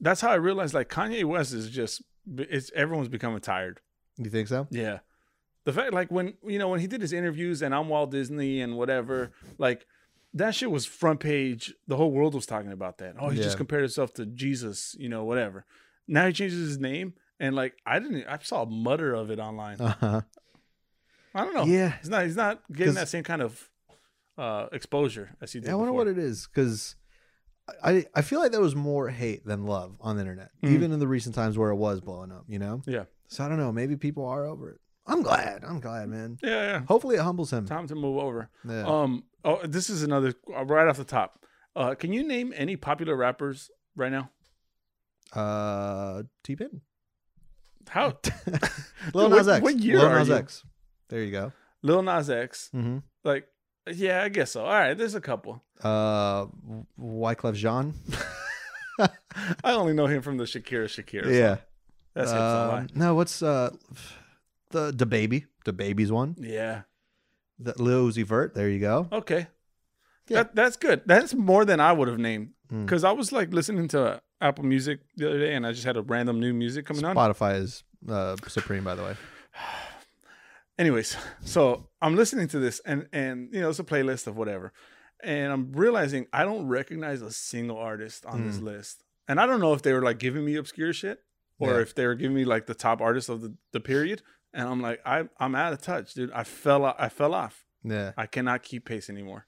Speaker 1: that's how I realized like Kanye West is just it's everyone's becoming tired.
Speaker 2: You think so?
Speaker 1: Yeah. The fact like when you know when he did his interviews and I'm Walt Disney and whatever, like that shit was front page. The whole world was talking about that. Oh, he
Speaker 2: Yeah.
Speaker 1: just compared himself to Jesus, you know, whatever. Now he changes his name and like I didn't. I saw a mutter of it online.
Speaker 2: Uh-huh.
Speaker 1: I don't know.
Speaker 2: Yeah.
Speaker 1: He's not. He's not getting
Speaker 2: 'Cause-
Speaker 1: that same kind of uh, exposure as he did.
Speaker 2: Yeah, I wonder what it is because I I feel like there was more hate than love on the internet,
Speaker 1: Mm.
Speaker 2: even in the recent times where it was blowing up. You know.
Speaker 1: Yeah.
Speaker 2: So I don't know. Maybe people are over it. I'm glad. I'm glad, man.
Speaker 1: Yeah, yeah.
Speaker 2: Hopefully it humbles him.
Speaker 1: Time to move over.
Speaker 2: Yeah.
Speaker 1: Um. Oh, this is another uh, right off the top. Uh, can you name any popular rappers right now?
Speaker 2: uh, T Pain.
Speaker 1: How
Speaker 2: Lil
Speaker 1: Dude,
Speaker 2: Nas
Speaker 1: what-
Speaker 2: X.
Speaker 1: what year
Speaker 2: Lil
Speaker 1: are
Speaker 2: Nas
Speaker 1: you?
Speaker 2: X. There you go.
Speaker 1: Lil Nas X?
Speaker 2: Mm-hmm.
Speaker 1: Like, yeah, I guess so. All right, there's a couple.
Speaker 2: Uh, Wyclef Jean.
Speaker 1: I only know him from the Shakira Shakira. song.
Speaker 2: yeah.
Speaker 1: that's hips
Speaker 2: Um,
Speaker 1: online.
Speaker 2: no, what's uh, the the baby, the baby's one.
Speaker 1: Yeah.
Speaker 2: The Lil Uzi Vert. There you go.
Speaker 1: Okay.
Speaker 2: Yeah.
Speaker 1: That that's good. That's more than I would have named
Speaker 2: Mm.
Speaker 1: because I was like listening to Apple Music the other day, and I just had a random new music coming on.
Speaker 2: Spotify is uh, supreme, by the way.
Speaker 1: anyways so i'm listening to this and and you know it's a playlist of whatever and i'm realizing i don't recognize a single artist on
Speaker 2: Hmm.
Speaker 1: this list and i don't know if they were like giving me obscure shit or
Speaker 2: Yeah.
Speaker 1: if they were giving me like the top artists of the, the period and i'm like I, i'm out of touch dude i fell o- i fell off
Speaker 2: Yeah.
Speaker 1: i cannot keep pace anymore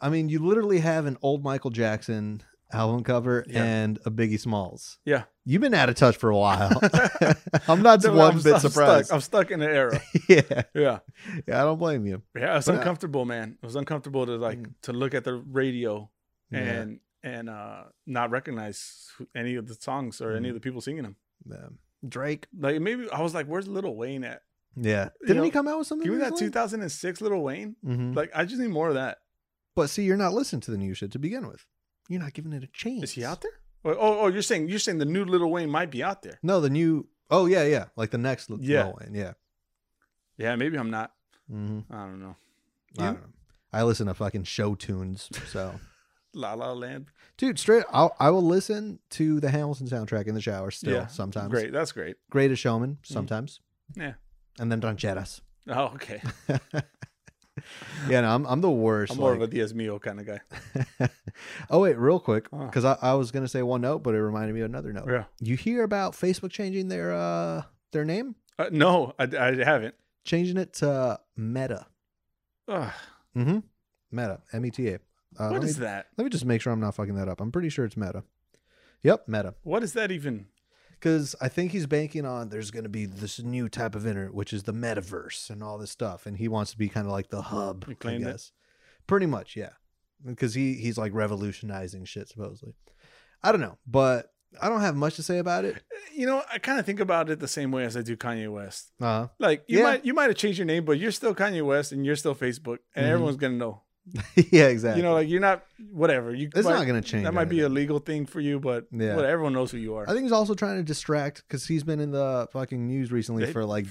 Speaker 2: I mean, you literally have an old Michael Jackson album cover
Speaker 1: Yeah.
Speaker 2: and a Biggie Smalls.
Speaker 1: Yeah.
Speaker 2: You've been out of touch for a while. I'm not
Speaker 1: Dude,
Speaker 2: one
Speaker 1: I'm-
Speaker 2: bit
Speaker 1: I'm
Speaker 2: surprised.
Speaker 1: stuck. i'm stuck in the era
Speaker 2: yeah.
Speaker 1: yeah
Speaker 2: Yeah, I don't blame you.
Speaker 1: yeah it's
Speaker 2: But I-
Speaker 1: uncomfortable man it was uncomfortable to like
Speaker 2: Mm.
Speaker 1: to look at the radio
Speaker 2: Yeah.
Speaker 1: and and uh not recognize who- any of the songs or
Speaker 2: Mm-hmm.
Speaker 1: any of the people singing them
Speaker 2: Yeah. Drake.
Speaker 1: like maybe i was like where's little wayne at
Speaker 2: Yeah.
Speaker 1: You
Speaker 2: Didn't
Speaker 1: know,
Speaker 2: he come out with something?
Speaker 1: give me that
Speaker 2: recently?
Speaker 1: 2006 little wayne
Speaker 2: Mhm.
Speaker 1: like i just need more of that
Speaker 2: But see, you're not listening to the new shit to begin with. You're not giving it a chance.
Speaker 1: is he out there oh oh, oh, you're saying you're saying the new little wayne might be out there
Speaker 2: No, the new. Oh yeah, yeah. Like the next. Lil
Speaker 1: Yeah.
Speaker 2: Wayne, Yeah.
Speaker 1: yeah maybe i'm not
Speaker 2: hmm
Speaker 1: i don't know
Speaker 2: I
Speaker 1: You?
Speaker 2: don't know. I listen to fucking show tunes. So,
Speaker 1: la la land
Speaker 2: dude, straight. I'll, I will listen to the Hamilton soundtrack in the shower still
Speaker 1: Yeah,
Speaker 2: sometimes.
Speaker 1: great that's great
Speaker 2: Greatest Showman sometimes.
Speaker 1: Yeah.
Speaker 2: And then Rancheras.
Speaker 1: oh okay
Speaker 2: Yeah, no, I'm I'm the worst.
Speaker 1: i'm more of
Speaker 2: like-
Speaker 1: a diaz mio E kind of guy
Speaker 2: oh wait, real quick,
Speaker 1: Huh.
Speaker 2: because I, I was gonna say one note, but it reminded me of another note.
Speaker 1: yeah
Speaker 2: You hear about Facebook changing their uh their name,
Speaker 1: uh, no i, I haven't
Speaker 2: changing it to Meta.
Speaker 1: Ugh,
Speaker 2: Mm-hmm. Meta. M E T A. Uh,
Speaker 1: what
Speaker 2: let, me,
Speaker 1: is that
Speaker 2: let me just make sure I'm not fucking that up. I'm pretty sure it's Meta. Yep, Meta.
Speaker 1: what is that even
Speaker 2: Because I think he's banking on there's going to be this new type of internet, which is the metaverse and all this stuff, and he wants to be kind of like the hub.
Speaker 1: He
Speaker 2: I
Speaker 1: claimed it?
Speaker 2: guess. Pretty much, yeah. Because he he's like revolutionizing shit supposedly. I don't know, but I don't have much to say about it.
Speaker 1: you know i kind of think about it the same way as i do kanye west
Speaker 2: Uh
Speaker 1: Like you
Speaker 2: Yeah.
Speaker 1: might you might have changed your name, but you're still Kanye West and you're still Facebook, and
Speaker 2: Mhm.
Speaker 1: everyone's gonna know.
Speaker 2: yeah, exactly.
Speaker 1: You know, like you're not whatever. You
Speaker 2: it's
Speaker 1: might-
Speaker 2: not going to change.
Speaker 1: that might be
Speaker 2: anything.
Speaker 1: a legal thing for you, but
Speaker 2: Yeah.
Speaker 1: whatever, everyone knows who you are.
Speaker 2: I think he's also trying to distract because he's been in the fucking news recently
Speaker 1: They-
Speaker 2: for like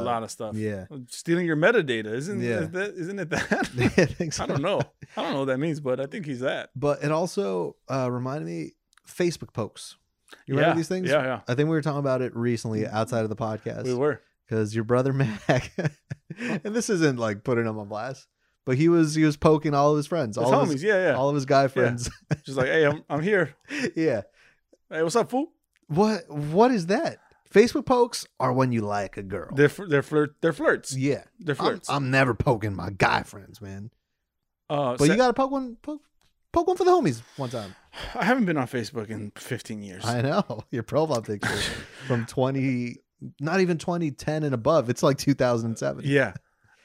Speaker 1: a lot of stuff.
Speaker 2: uh, Yeah.
Speaker 1: Stealing your metadata, isn't
Speaker 2: Yeah.
Speaker 1: is that, isn't it that?
Speaker 2: I think so.
Speaker 1: I don't know. I don't know what that means, but I think he's that.
Speaker 2: But it also uh, reminded me Facebook pokes. You
Speaker 1: yeah.
Speaker 2: remember these things?
Speaker 1: Yeah, yeah.
Speaker 2: I think we were talking about it recently outside of the
Speaker 1: We
Speaker 2: podcast
Speaker 1: were.
Speaker 2: because your brother Mac, and this isn't like putting him on blast, but he was he was poking all of his friends,
Speaker 1: His
Speaker 2: all of
Speaker 1: homies,
Speaker 2: his,
Speaker 1: yeah, yeah.
Speaker 2: all of his guy friends.
Speaker 1: Just like, hey, I'm I'm here.
Speaker 2: Yeah.
Speaker 1: Hey, what's up, fool?
Speaker 2: What what is that? Facebook pokes are when you like a girl.
Speaker 1: They're fl- they're flirt they're flirts.
Speaker 2: yeah.
Speaker 1: They're
Speaker 2: I'm,
Speaker 1: flirts.
Speaker 2: I'm never poking my guy friends, man.
Speaker 1: uh,
Speaker 2: But
Speaker 1: so-
Speaker 2: you gotta poke one poke, poke one for the homies one time.
Speaker 1: I haven't been on Facebook in 15 years.
Speaker 2: I know. Your profile picture from twenty not even twenty ten and above. It's like two thousand and seven.
Speaker 1: Yeah.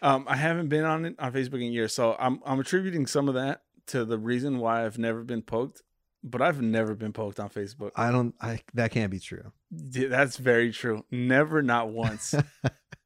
Speaker 1: Um, I haven't been on it on Facebook in years, so I'm I'm attributing some of that to the reason why I've never been poked. But I've never been poked on Facebook.
Speaker 2: I don't I that can't be true.
Speaker 1: D- That's very true. Never, not once.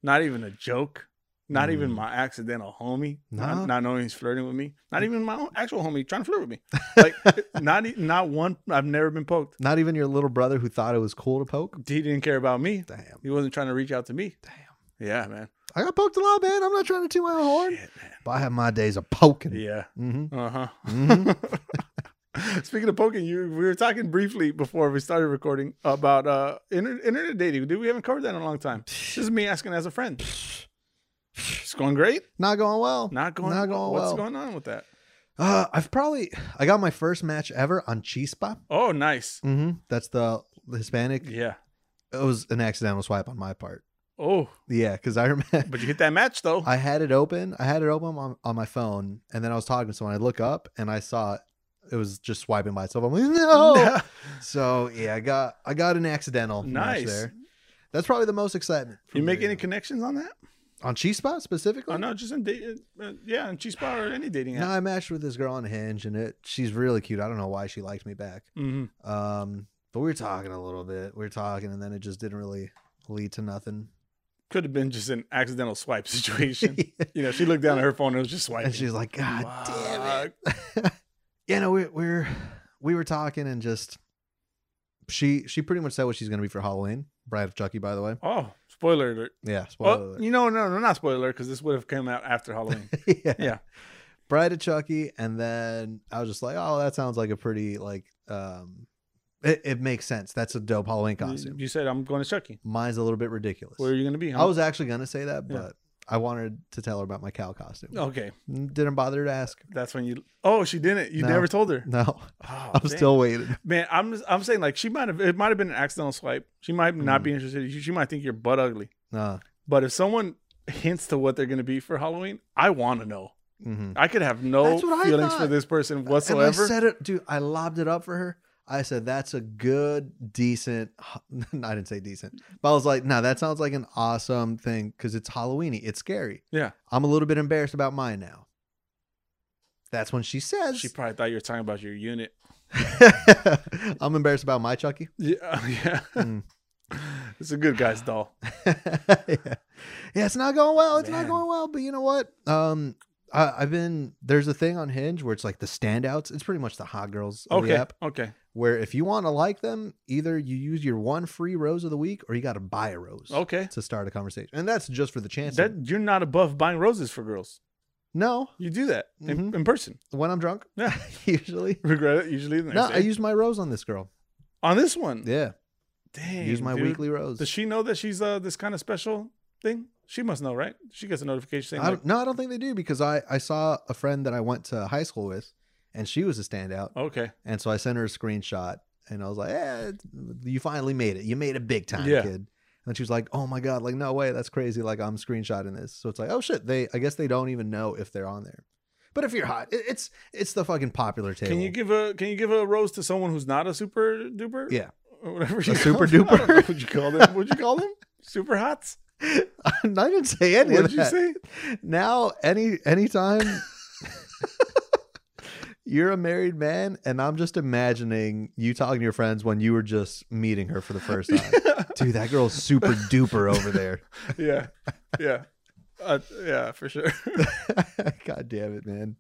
Speaker 1: not even a joke. Not even
Speaker 2: Mm.
Speaker 1: my accidental homie.
Speaker 2: No? Mm.
Speaker 1: Not, not knowing he's flirting with me. Not even my own actual homie trying to flirt with me. Like not e- not one. I've never been poked.
Speaker 2: Not even your little brother who thought it was cool to poke.
Speaker 1: He didn't care about me.
Speaker 2: Damn.
Speaker 1: He wasn't trying to reach out to me.
Speaker 2: Damn.
Speaker 1: Yeah, man.
Speaker 2: I got poked a lot, man. I'm not trying to toot my own horn.
Speaker 1: Shit, man.
Speaker 2: But I have my days of poking.
Speaker 1: Yeah.
Speaker 2: Mm-hmm.
Speaker 1: Uh huh.
Speaker 2: Mhm.
Speaker 1: Speaking of poking, you we were talking briefly before we started recording about uh inter- internet dating. Dude, we haven't covered that in a long time. This is me asking as a friend. It's going great.
Speaker 2: Not going well.
Speaker 1: Not going.
Speaker 2: Not going
Speaker 1: What's
Speaker 2: well.
Speaker 1: going on with that?
Speaker 2: Uh, I've probably I got my first match ever on Chispa.
Speaker 1: Oh, nice.
Speaker 2: Mm-hmm. That's the Hispanic
Speaker 1: Yeah.
Speaker 2: it was an accidental swipe on my part.
Speaker 1: Oh,
Speaker 2: Yeah, because I remember
Speaker 1: but you hit that match though.
Speaker 2: I had it open. I had it open on, on my phone, and then I was talking to someone. I look up and I saw it. It was just swiping by itself. I'm like, no. so yeah, I got I got an accidental match
Speaker 1: Nice.
Speaker 2: there. That's probably the most excitement. for
Speaker 1: you
Speaker 2: me
Speaker 1: make
Speaker 2: right
Speaker 1: any
Speaker 2: now.
Speaker 1: connections on that?
Speaker 2: on Cheese Spot specifically?
Speaker 1: Oh no, just in dating. Uh, yeah, in Cheese Bar or any dating
Speaker 2: No,
Speaker 1: app.
Speaker 2: I matched with this girl on Hinge, and it she's really cute. I don't know why she liked me back.
Speaker 1: hmm
Speaker 2: Um, but we were talking a little bit. We were talking, and then it just didn't really lead to nothing.
Speaker 1: Could have been just an accidental swipe situation. you know, she looked down at her phone and it was just swiping.
Speaker 2: and she's like, "God damn it!" yeah, no, we we're we were talking, and just she she pretty much said what she's gonna be for Halloween. Bride of Chucky, by the way.
Speaker 1: Oh, spoiler alert.
Speaker 2: Yeah, spoiler.
Speaker 1: Oh,
Speaker 2: alert.
Speaker 1: you know, no, no, not spoiler because this would have come out after Halloween.
Speaker 2: yeah.
Speaker 1: Yeah.
Speaker 2: Bride of Chucky, and then I was just like, "Oh, that sounds like a pretty like um, it, it makes sense. That's a dope Halloween costume."
Speaker 1: You said I'm going to Chucky.
Speaker 2: Mine's a little bit ridiculous.
Speaker 1: Where are you going to be?
Speaker 2: I was actually gonna say that,
Speaker 1: Yeah.
Speaker 2: but I wanted to tell her about my cow costume.
Speaker 1: okay.
Speaker 2: Didn't bother to ask.
Speaker 1: That's when you. Oh, she didn't. You
Speaker 2: No.
Speaker 1: never told her.
Speaker 2: No,
Speaker 1: Oh,
Speaker 2: I'm
Speaker 1: dang.
Speaker 2: still waiting.
Speaker 1: Man, I'm I'm saying like she might have. It might have been an accidental swipe. She might
Speaker 2: Mm.
Speaker 1: not be interested. She, she might think you're butt ugly.
Speaker 2: Uh,
Speaker 1: But if someone hints to what they're going to be for Halloween, I want to know.
Speaker 2: mhm.
Speaker 1: I could have no
Speaker 2: That's what I
Speaker 1: feelings for
Speaker 2: thought.
Speaker 1: this person
Speaker 2: And
Speaker 1: whatsoever.
Speaker 2: I said it, dude. I lobbed it up for her. I said that's a good, decent. I didn't say decent, but I was like, no, that sounds like an awesome thing because it's Halloweeny. It's scary.
Speaker 1: Yeah.
Speaker 2: I'm a little bit embarrassed about mine now. That's when she says,
Speaker 1: she probably thought you were talking about your unit.
Speaker 2: "I'm embarrassed about my Chucky."
Speaker 1: Yeah, yeah.
Speaker 2: Mm.
Speaker 1: it's a good guy's doll.
Speaker 2: yeah. yeah, it's not going well. It's
Speaker 1: Man.
Speaker 2: not going well. But you know what? Um, I, I've been there's a thing on Hinge where it's like the standouts. It's pretty much the hot girls of
Speaker 1: Okay,
Speaker 2: the app.
Speaker 1: okay.
Speaker 2: Where if you want to like them, either you use your one free rose of the week or you got to buy a rose
Speaker 1: Okay.
Speaker 2: to start a conversation. And that's just for the chance.
Speaker 1: Oh. That you're not above buying roses for girls.
Speaker 2: no,
Speaker 1: You do that in,
Speaker 2: Mhm.
Speaker 1: in person.
Speaker 2: when I'm drunk,
Speaker 1: Yeah.
Speaker 2: usually.
Speaker 1: Regret it usually. The next
Speaker 2: No,
Speaker 1: day.
Speaker 2: I used my rose on this girl.
Speaker 1: on this one.
Speaker 2: Yeah,
Speaker 1: Dang,
Speaker 2: use my
Speaker 1: dude.
Speaker 2: weekly rose.
Speaker 1: Does she know that she's uh, this kind of special thing? She must know, right? She gets a notification saying,
Speaker 2: I
Speaker 1: like,
Speaker 2: don't, no, I don't think they do because I I saw a friend that I went to high school with, and she was a standout.
Speaker 1: oh, "Okay,
Speaker 2: And so I sent her a screenshot and I was like, eh, you finally made it. You made it big time,
Speaker 1: Yeah.
Speaker 2: kid. And she was like, oh my God, like, no way. That's crazy. Like, I'm screenshotting this. So it's like, oh shit. They, I guess they don't even know if they're on there. But if you're hot, it, it's, it's the fucking popular table.
Speaker 1: can you give a can you give a rose to someone who's not a super duper?
Speaker 2: Yeah.
Speaker 1: or whatever. You
Speaker 2: super
Speaker 1: call them? I don't know
Speaker 2: duper?
Speaker 1: What you call them? What'd you call them? super hots?
Speaker 2: I didn't say any
Speaker 1: What'd
Speaker 2: of
Speaker 1: you
Speaker 2: that.
Speaker 1: say?
Speaker 2: Now, any, anytime you're a married man and I'm just imagining you talking to your friends when you were just meeting her for the first time. Dude, that girl's super duper over there.
Speaker 1: yeah, yeah, uh, yeah, for sure.
Speaker 2: God damn it, man.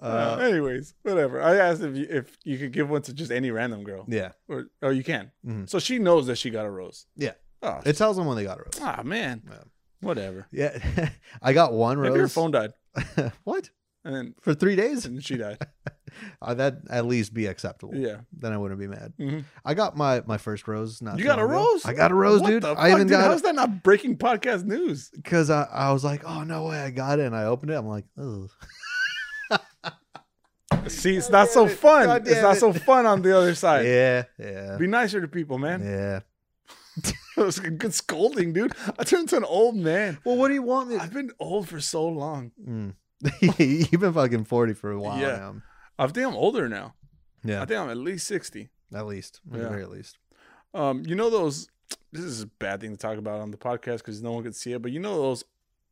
Speaker 1: Uh,
Speaker 2: Uh,
Speaker 1: anyways, whatever. I asked if you, if you could give one to just any random girl,
Speaker 2: yeah.
Speaker 1: or oh, you can.
Speaker 2: Mhm.
Speaker 1: So she knows that she got a rose.
Speaker 2: Yeah.
Speaker 1: Oh,
Speaker 2: It tells them when they got a rose.
Speaker 1: ah, man.
Speaker 2: Yeah.
Speaker 1: Whatever.
Speaker 2: Yeah. I got one rose.
Speaker 1: Maybe your phone died,
Speaker 2: what?
Speaker 1: and then
Speaker 2: For three days?
Speaker 1: and she died.
Speaker 2: Uh, that'd at least be acceptable.
Speaker 1: Yeah.
Speaker 2: Then I wouldn't be mad.
Speaker 1: Mhm.
Speaker 2: I got my, my first rose. Not
Speaker 1: You
Speaker 2: too
Speaker 1: got a
Speaker 2: long ago.
Speaker 1: rose?
Speaker 2: I got a rose,
Speaker 1: What
Speaker 2: dude.
Speaker 1: the
Speaker 2: I
Speaker 1: fuck,
Speaker 2: even
Speaker 1: dude?
Speaker 2: got
Speaker 1: How's that not breaking podcast news?
Speaker 2: because I, I was like, oh, no way. I got it. And I opened it. I'm like, oh.
Speaker 1: See, it's
Speaker 2: God
Speaker 1: not so
Speaker 2: damn it.
Speaker 1: fun.
Speaker 2: God
Speaker 1: it's
Speaker 2: damn
Speaker 1: not
Speaker 2: it.
Speaker 1: so fun on the other side.
Speaker 2: Yeah. Yeah.
Speaker 1: Be nicer to people, man.
Speaker 2: Yeah.
Speaker 1: It was a good scolding, dude. I turned into an old man.
Speaker 2: Well, what do you want me
Speaker 1: I've been old for so long.
Speaker 2: Mm. You've been fucking 40 for a while
Speaker 1: Yeah.
Speaker 2: now.
Speaker 1: I think I'm older now.
Speaker 2: Yeah.
Speaker 1: I think I'm at least sixty.
Speaker 2: At least. At the
Speaker 1: Yeah.
Speaker 2: very least.
Speaker 1: Um, you know those. This is a bad thing to talk about on the podcast because no one could see it. But you know those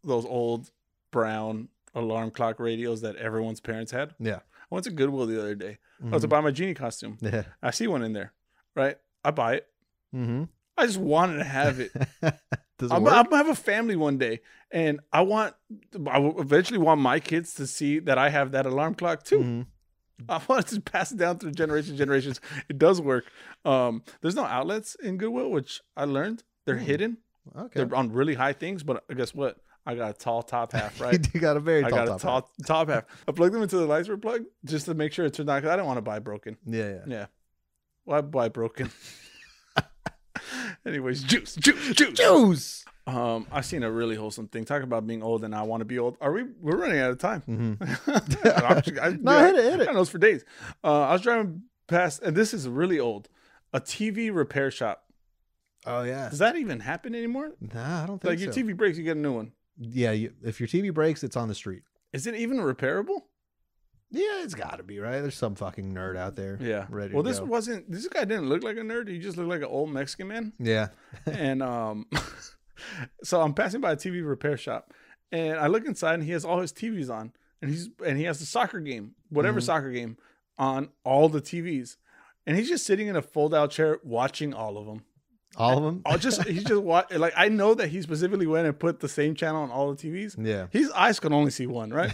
Speaker 1: those old brown alarm clock radios that everyone's parents had.
Speaker 2: Yeah.
Speaker 1: I went to Goodwill the other day. I was to
Speaker 2: Mhm.
Speaker 1: buy my genie costume.
Speaker 2: Yeah.
Speaker 1: I see one in there, right? I buy it.
Speaker 2: Mm-hmm.
Speaker 1: I just wanted to have it.
Speaker 2: Does it
Speaker 1: I'm,
Speaker 2: work?
Speaker 1: I'm gonna have a family one day, and I want, I will eventually want my kids to see that I have that alarm clock too.
Speaker 2: Mhm.
Speaker 1: I want to pass it down through generations, generations. It does work. Um, there's no outlets in Goodwill, which I learned they're
Speaker 2: Hmm.
Speaker 1: hidden.
Speaker 2: Okay.
Speaker 1: They're on really high things, but guess what? I got a tall top half, right?
Speaker 2: you got a very
Speaker 1: I got
Speaker 2: tall
Speaker 1: a
Speaker 2: top
Speaker 1: tall
Speaker 2: hat.
Speaker 1: top half. I plugged them into the lights were plugged just to make sure it turned on because I didn't want to buy broken.
Speaker 2: Yeah, yeah.
Speaker 1: Yeah. Why buy broken? Anyways, juice, juice, juice.
Speaker 2: Juice.
Speaker 1: Um, I've seen a really wholesome thing. Talk about being old and I want to be old. Are we? We're running out of time.
Speaker 2: Mm-hmm.
Speaker 1: I'm just- I,
Speaker 2: No, hit it, hit
Speaker 1: I
Speaker 2: it.
Speaker 1: know it's for days. Uh, I was driving past, and this is really old. A TV repair shop
Speaker 2: Oh yeah.
Speaker 1: Does that even happen anymore?
Speaker 2: Nah, I don't think
Speaker 1: Like your
Speaker 2: so.
Speaker 1: TV breaks, you get a new one.
Speaker 2: yeah, you, if your TV breaks, it's on the street.
Speaker 1: Is it even repairable?
Speaker 2: Yeah, it's got to be right. There's some fucking nerd out there.
Speaker 1: Yeah.
Speaker 2: Ready
Speaker 1: Well,
Speaker 2: to
Speaker 1: this
Speaker 2: go.
Speaker 1: wasn't. This guy didn't look like a nerd. He just looked like an old Mexican man.
Speaker 2: Yeah.
Speaker 1: and um, so I'm passing by a TV repair shop, and I look inside, and he has all his TVs on, and he's and he has the soccer game, whatever
Speaker 2: Mhm.
Speaker 1: soccer game, on all the TVs, and he's just sitting in a fold-out chair watching all of them.
Speaker 2: All of them.
Speaker 1: I'll just he's just watch like I know that he specifically went and put the same channel on all the TVs.
Speaker 2: yeah.
Speaker 1: His eyes could only see one, right?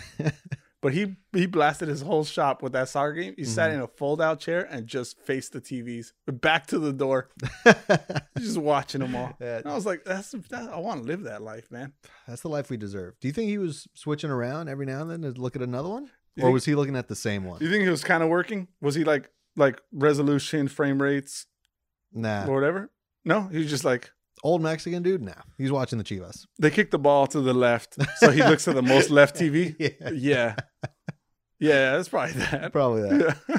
Speaker 1: but he he blasted his whole shop with that soccer game. He sat
Speaker 2: Mm-hmm.
Speaker 1: in a fold-out chair and just faced the TVs, back to the door, just watching them all.
Speaker 2: Yeah,
Speaker 1: And I was like, that's that, I want to live that life, man.
Speaker 2: that's the life we deserve. Do you think he was switching around every now and then to look at another one,
Speaker 1: You
Speaker 2: or
Speaker 1: think-
Speaker 2: was he looking at the same one?
Speaker 1: Do you think he was kind of working? Was he like like resolution, frame rates,
Speaker 2: Nah.
Speaker 1: or whatever? No, he was just like
Speaker 2: Old Mexican dude. Nah. He's watching the Chivas.
Speaker 1: they kick the ball to the left, so he looks at the most left TV.
Speaker 2: Yeah.
Speaker 1: Yeah, yeah, that's probably that.
Speaker 2: Probably that.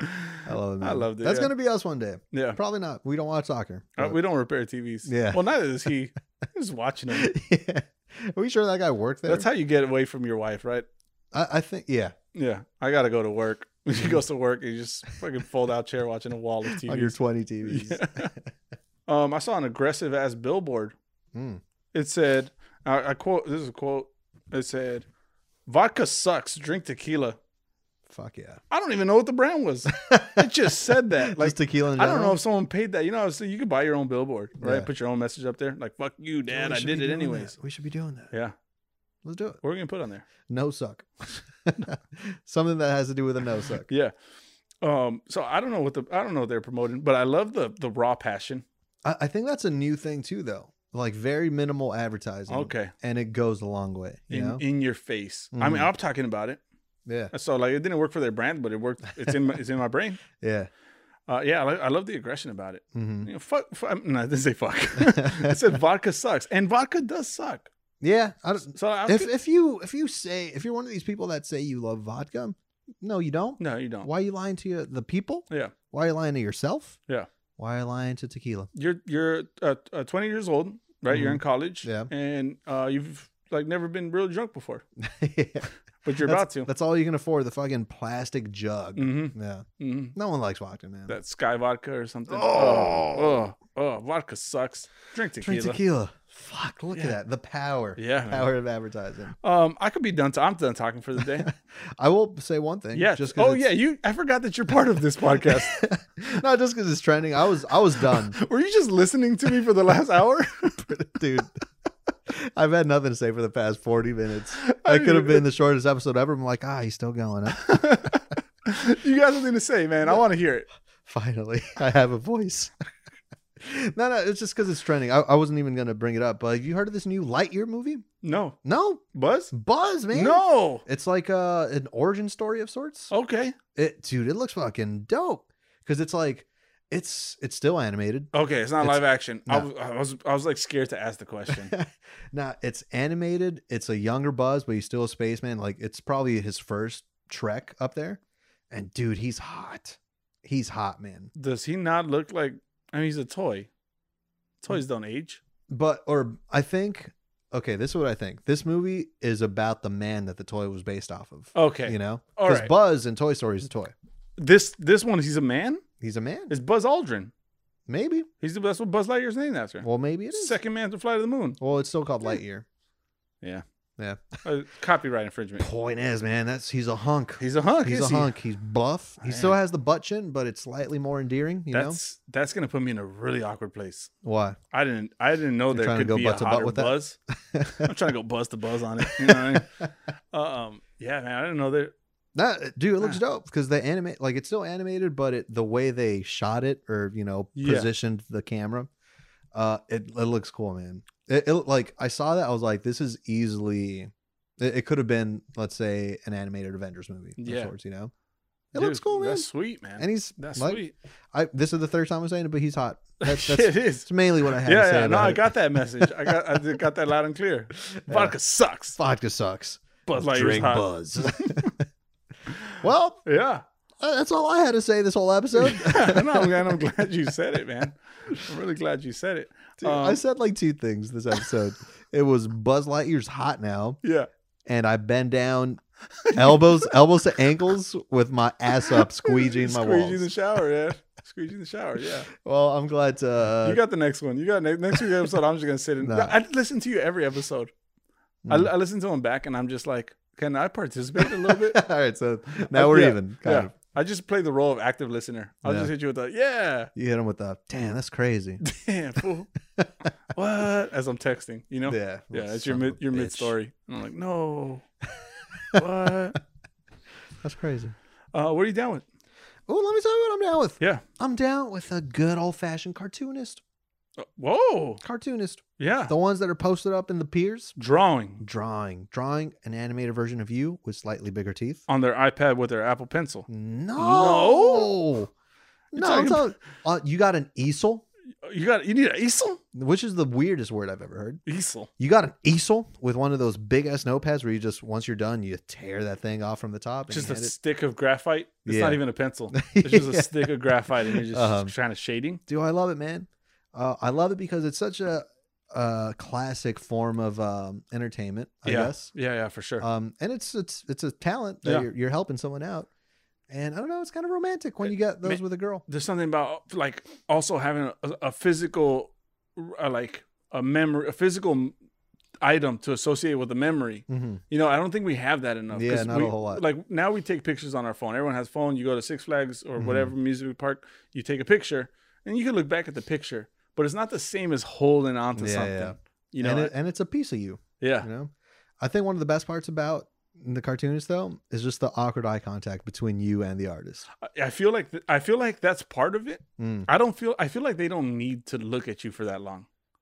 Speaker 1: Yeah.
Speaker 2: I love it. Man.
Speaker 1: I loved it.
Speaker 2: That's
Speaker 1: yeah.
Speaker 2: gonna be us one day.
Speaker 1: yeah.
Speaker 2: Probably not. We don't watch soccer.
Speaker 1: Uh,
Speaker 2: but-
Speaker 1: we don't repair TVs.
Speaker 2: Yeah.
Speaker 1: Well, neither does he. He's watching them.
Speaker 2: yeah. Are we sure that guy worked there?
Speaker 1: That's how you get away from your wife, right?
Speaker 2: I, I think. Yeah.
Speaker 1: Yeah. I gotta go to work. She goes to work and you just fucking fold out chair watching a wall of TVs.
Speaker 2: Mm-hmm. On your twenty TVs.
Speaker 1: Yeah. um, I saw an aggressive ass billboard.
Speaker 2: Mm.
Speaker 1: It said, I, I quote, this is a quote. It said, vodka sucks, drink tequila.
Speaker 2: Fuck yeah.
Speaker 1: I don't even know what the brand was. It just said that. Like,
Speaker 2: Just tequila. In
Speaker 1: I don't know
Speaker 2: general?
Speaker 1: if someone paid that. You know, I was saying you could buy your own billboard, right?
Speaker 2: Yeah.
Speaker 1: Put your own message up there. Like, fuck you,
Speaker 2: Dude,
Speaker 1: dad.
Speaker 2: we
Speaker 1: I
Speaker 2: should be
Speaker 1: did it
Speaker 2: doing
Speaker 1: anyways.
Speaker 2: that. We should be doing that.
Speaker 1: Yeah.
Speaker 2: Let's do it.
Speaker 1: What are we going to put on there?
Speaker 2: No suck. Something that has to do with a no suck.
Speaker 1: Yeah. Um, so I don't know what the, I don't know what they're promoting, but I love the, the raw passion.
Speaker 2: I, I think that's a new thing too, though. Like very minimal advertising.
Speaker 1: Okay.
Speaker 2: And it goes a long way. You
Speaker 1: In,
Speaker 2: know?
Speaker 1: in your face. I mean,
Speaker 2: Mhm.
Speaker 1: I'm talking about it.
Speaker 2: yeah.
Speaker 1: So like, it didn't work for their brand, but it worked. It's in my, it's in my brain.
Speaker 2: Yeah.
Speaker 1: Uh, yeah, I, li- I love the aggression about it.
Speaker 2: hmm
Speaker 1: You know, fuck, fuck no, I didn't say fuck. I said vodka sucks, and vodka does suck.
Speaker 2: Mm-hmm. yeah. I don't,
Speaker 1: So I was
Speaker 2: if
Speaker 1: good-
Speaker 2: if you if you say if you're one of these people that say you love vodka, no, you don't.
Speaker 1: no, you don't.
Speaker 2: Why are you lying to you, the people?
Speaker 1: Yeah.
Speaker 2: Why are you lying to yourself?
Speaker 1: Yeah.
Speaker 2: Why are you lying to tequila?
Speaker 1: You're you're uh, uh, 20 years old, right? You're in college,
Speaker 2: Mm-hmm. Yeah.
Speaker 1: and uh, you've like never been real drunk before, but you're
Speaker 2: That's-
Speaker 1: about to.
Speaker 2: That's all you can afford. The fucking plastic jug.
Speaker 1: hmm
Speaker 2: Yeah.
Speaker 1: hmm
Speaker 2: No one likes vodka, man.
Speaker 1: That sky vodka or something.
Speaker 2: Oh.
Speaker 1: oh, oh, vodka sucks. Drink tequila.
Speaker 2: Drink tequila. Fuck, look at
Speaker 1: Yeah.
Speaker 2: that. The power.
Speaker 1: Yeah, man.
Speaker 2: Power of advertising.
Speaker 1: Um, I could be done. i I'm done talking for the day.
Speaker 2: I will say one thing.
Speaker 1: Yeah.
Speaker 2: Just 'cause
Speaker 1: oh yeah.
Speaker 2: it's-
Speaker 1: You. I forgot that you're part of this podcast.
Speaker 2: no, just because it's trending. I was I was done,
Speaker 1: Were you just listening to me for the last hour?
Speaker 2: dude. I've had nothing to say for the past 40 minutes.
Speaker 1: I
Speaker 2: That could have
Speaker 1: didn't-
Speaker 2: been the shortest episode ever. I'm like, ah, he's still going up.
Speaker 1: you got something to say, man. I want to hear it.
Speaker 2: Finally, I have a voice. no, no, it's just because it's trending. I, I wasn't even going to bring it up, but have you heard of this new Lightyear movie?
Speaker 1: No.
Speaker 2: No,
Speaker 1: Buzz?
Speaker 2: Buzz, man.
Speaker 1: No.
Speaker 2: It's like uh, an origin story of sorts.
Speaker 1: Okay.
Speaker 2: it dude it looks fucking dope because it's like it's it's still animated
Speaker 1: Okay, it's not
Speaker 2: It's-
Speaker 1: live action. I,
Speaker 2: no.
Speaker 1: was, I was I was like scared to ask the question.
Speaker 2: now it's animated it's a younger buzz but he's still a spaceman like it's probably his first trek up there and dude he's hot he's hot man
Speaker 1: Does he not look like I mean he's a toy.
Speaker 2: Mm.
Speaker 1: Toys don't age.
Speaker 2: but or i think okay this is what i think this movie is about the man that the toy was based off of
Speaker 1: Okay.
Speaker 2: you know
Speaker 1: All
Speaker 2: because
Speaker 1: right.
Speaker 2: buzz in toy story is a toy
Speaker 1: This this one he's a man?
Speaker 2: he's a man
Speaker 1: It's Buzz Aldrin.
Speaker 2: maybe
Speaker 1: He's the that's what Buzz Lightyear's named after.
Speaker 2: well maybe it is
Speaker 1: Second man to fly to the moon.
Speaker 2: well it's still called lightyear
Speaker 1: Yeah.
Speaker 2: yeah
Speaker 1: Uh, copyright infringement.
Speaker 2: point is man that's he's a hunk
Speaker 1: He's a hunk.
Speaker 2: He's a
Speaker 1: is he?
Speaker 2: hunk. He's buff. He still has the butt chin, but it's slightly more endearing. You
Speaker 1: That's that's gonna put me in a really awkward place.
Speaker 2: know why?
Speaker 1: I didn't. I didn't know there
Speaker 2: trying to
Speaker 1: could
Speaker 2: go
Speaker 1: be
Speaker 2: butt
Speaker 1: a
Speaker 2: to butt
Speaker 1: hotter
Speaker 2: with that?
Speaker 1: buzz. I'm trying to go buzz to buzz on it. You know what I mean? Uh, um, yeah, man. I didn't know there.
Speaker 2: That uh, dude, it looks dope because they animate like it's still animated, but it, the way they shot it or you know
Speaker 1: Yeah.
Speaker 2: positioned the camera, uh, it, it looks cool, man. It, it like I saw that I was like, this is easily. It, it could have been, let's say, an animated Avengers movie.
Speaker 1: Yeah.
Speaker 2: Yeah, sorts, you know. It looks
Speaker 1: Dude,
Speaker 2: cool, man.
Speaker 1: That's sweet, man.
Speaker 2: and he's
Speaker 1: that's
Speaker 2: like,
Speaker 1: sweet.
Speaker 2: I, this is the third time I'm saying it, but he's hot. That's,
Speaker 1: Shit,
Speaker 2: that's,
Speaker 1: it is.
Speaker 2: that's mainly what I
Speaker 1: Yeah,
Speaker 2: had to say.
Speaker 1: yeah. No,
Speaker 2: about
Speaker 1: I
Speaker 2: it.
Speaker 1: got that message. I got. I did- got that loud and clear. Vodka sucks.
Speaker 2: vodka sucks.
Speaker 1: Buzz Lightyear's
Speaker 2: drink
Speaker 1: hot.
Speaker 2: buzz. well,
Speaker 1: Yeah.
Speaker 2: Uh, That's all I had to say this whole episode.
Speaker 1: no, I'm glad, I'm glad you said it, man. I'm really glad you said it.
Speaker 2: Dude, I
Speaker 1: Um,
Speaker 2: said like two things this episode. it was Buzz Lightyear's hot now,
Speaker 1: Yeah.
Speaker 2: and I bend down, elbows elbows to ankles with my ass up, squeegeeing my
Speaker 1: Squeegee in the
Speaker 2: walls.
Speaker 1: shower, yeah. Squeegee in the shower, yeah.
Speaker 2: Well, I'm glad to. Uh,
Speaker 1: you got the next one. You got ne- next week's episode. I'm just gonna sit and
Speaker 2: Nah.
Speaker 1: I listen to you every episode. I,
Speaker 2: Mm.
Speaker 1: I listen to them back, and I'm just like, can I participate a little bit?
Speaker 2: uh, all right, so now
Speaker 1: Uh,
Speaker 2: we're
Speaker 1: yeah,
Speaker 2: even. Kind
Speaker 1: yeah.
Speaker 2: of.
Speaker 1: I just play the role of active listener. I'll
Speaker 2: Yeah.
Speaker 1: just hit you with a yeah,
Speaker 2: You hit him with the damn. That's crazy.
Speaker 1: damn fool. what? As I'm texting, you know. Yeah,
Speaker 2: Yeah,
Speaker 1: it's your
Speaker 2: son
Speaker 1: mid
Speaker 2: of a
Speaker 1: your
Speaker 2: bitch.
Speaker 1: mid story. I'm like, no. what?
Speaker 2: That's crazy.
Speaker 1: Uh, what are you down with?
Speaker 2: Oh, let me tell you what I'm down with.
Speaker 1: Yeah.
Speaker 2: I'm down with a good old fashioned cartoonist.
Speaker 1: Uh, Whoa.
Speaker 2: Cartoonist.
Speaker 1: Yeah.
Speaker 2: The ones that are posted up in the piers.
Speaker 1: Drawing
Speaker 2: Drawing. Drawing an animated version of you with slightly bigger teeth.
Speaker 1: on their iPad with their Apple Pencil.
Speaker 2: No.
Speaker 1: You're
Speaker 2: No, I'm
Speaker 1: talking-
Speaker 2: talking- uh, you got an easel,
Speaker 1: You got you need an easel.
Speaker 2: which is the weirdest word I've ever heard.
Speaker 1: Easel.
Speaker 2: You got an easel with one of those big ass notepads where you just once you're done, you tear that thing off from the top. And
Speaker 1: just a
Speaker 2: hand it.
Speaker 1: stick of graphite. It's
Speaker 2: Yeah.
Speaker 1: not even a pencil. It's just
Speaker 2: Yeah.
Speaker 1: a stick of graphite, and you're just
Speaker 2: Um,
Speaker 1: trying to shading.
Speaker 2: Do I love it, man? Uh, I love it because it's such a, a classic form of um, entertainment. I
Speaker 1: yeah.
Speaker 2: guess.
Speaker 1: Yeah, yeah, for sure.
Speaker 2: um and it's it's it's a talent that
Speaker 1: Yeah.
Speaker 2: you're, you're helping someone out and i don't know it's kind of romantic when you get those
Speaker 1: Uh, ma-
Speaker 2: with a girl
Speaker 1: There's something about like also having a, a physical, uh, like a memory, a physical item to associate with a memory.
Speaker 2: mm-hmm.
Speaker 1: You know, I don't think we have that enough.
Speaker 2: Yeah,
Speaker 1: 'cause
Speaker 2: not a
Speaker 1: we,
Speaker 2: whole lot.
Speaker 1: Like now we take pictures on our phone. Everyone has phone. You go to Six Flags or
Speaker 2: Mhm.
Speaker 1: whatever music park, you take a picture, and you can look back at the picture, but it's not the same as holding on to
Speaker 2: Yeah,
Speaker 1: something.
Speaker 2: yeah.
Speaker 1: You know,
Speaker 2: and, it, and it's a piece of you
Speaker 1: yeah,
Speaker 2: you know i think one of the best parts about the cartoonist though is just the awkward eye contact between you and the artist
Speaker 1: I I feel like th- I feel like that's part of it.
Speaker 2: Mm.
Speaker 1: I don't feel I feel like they don't need to look at you for that long.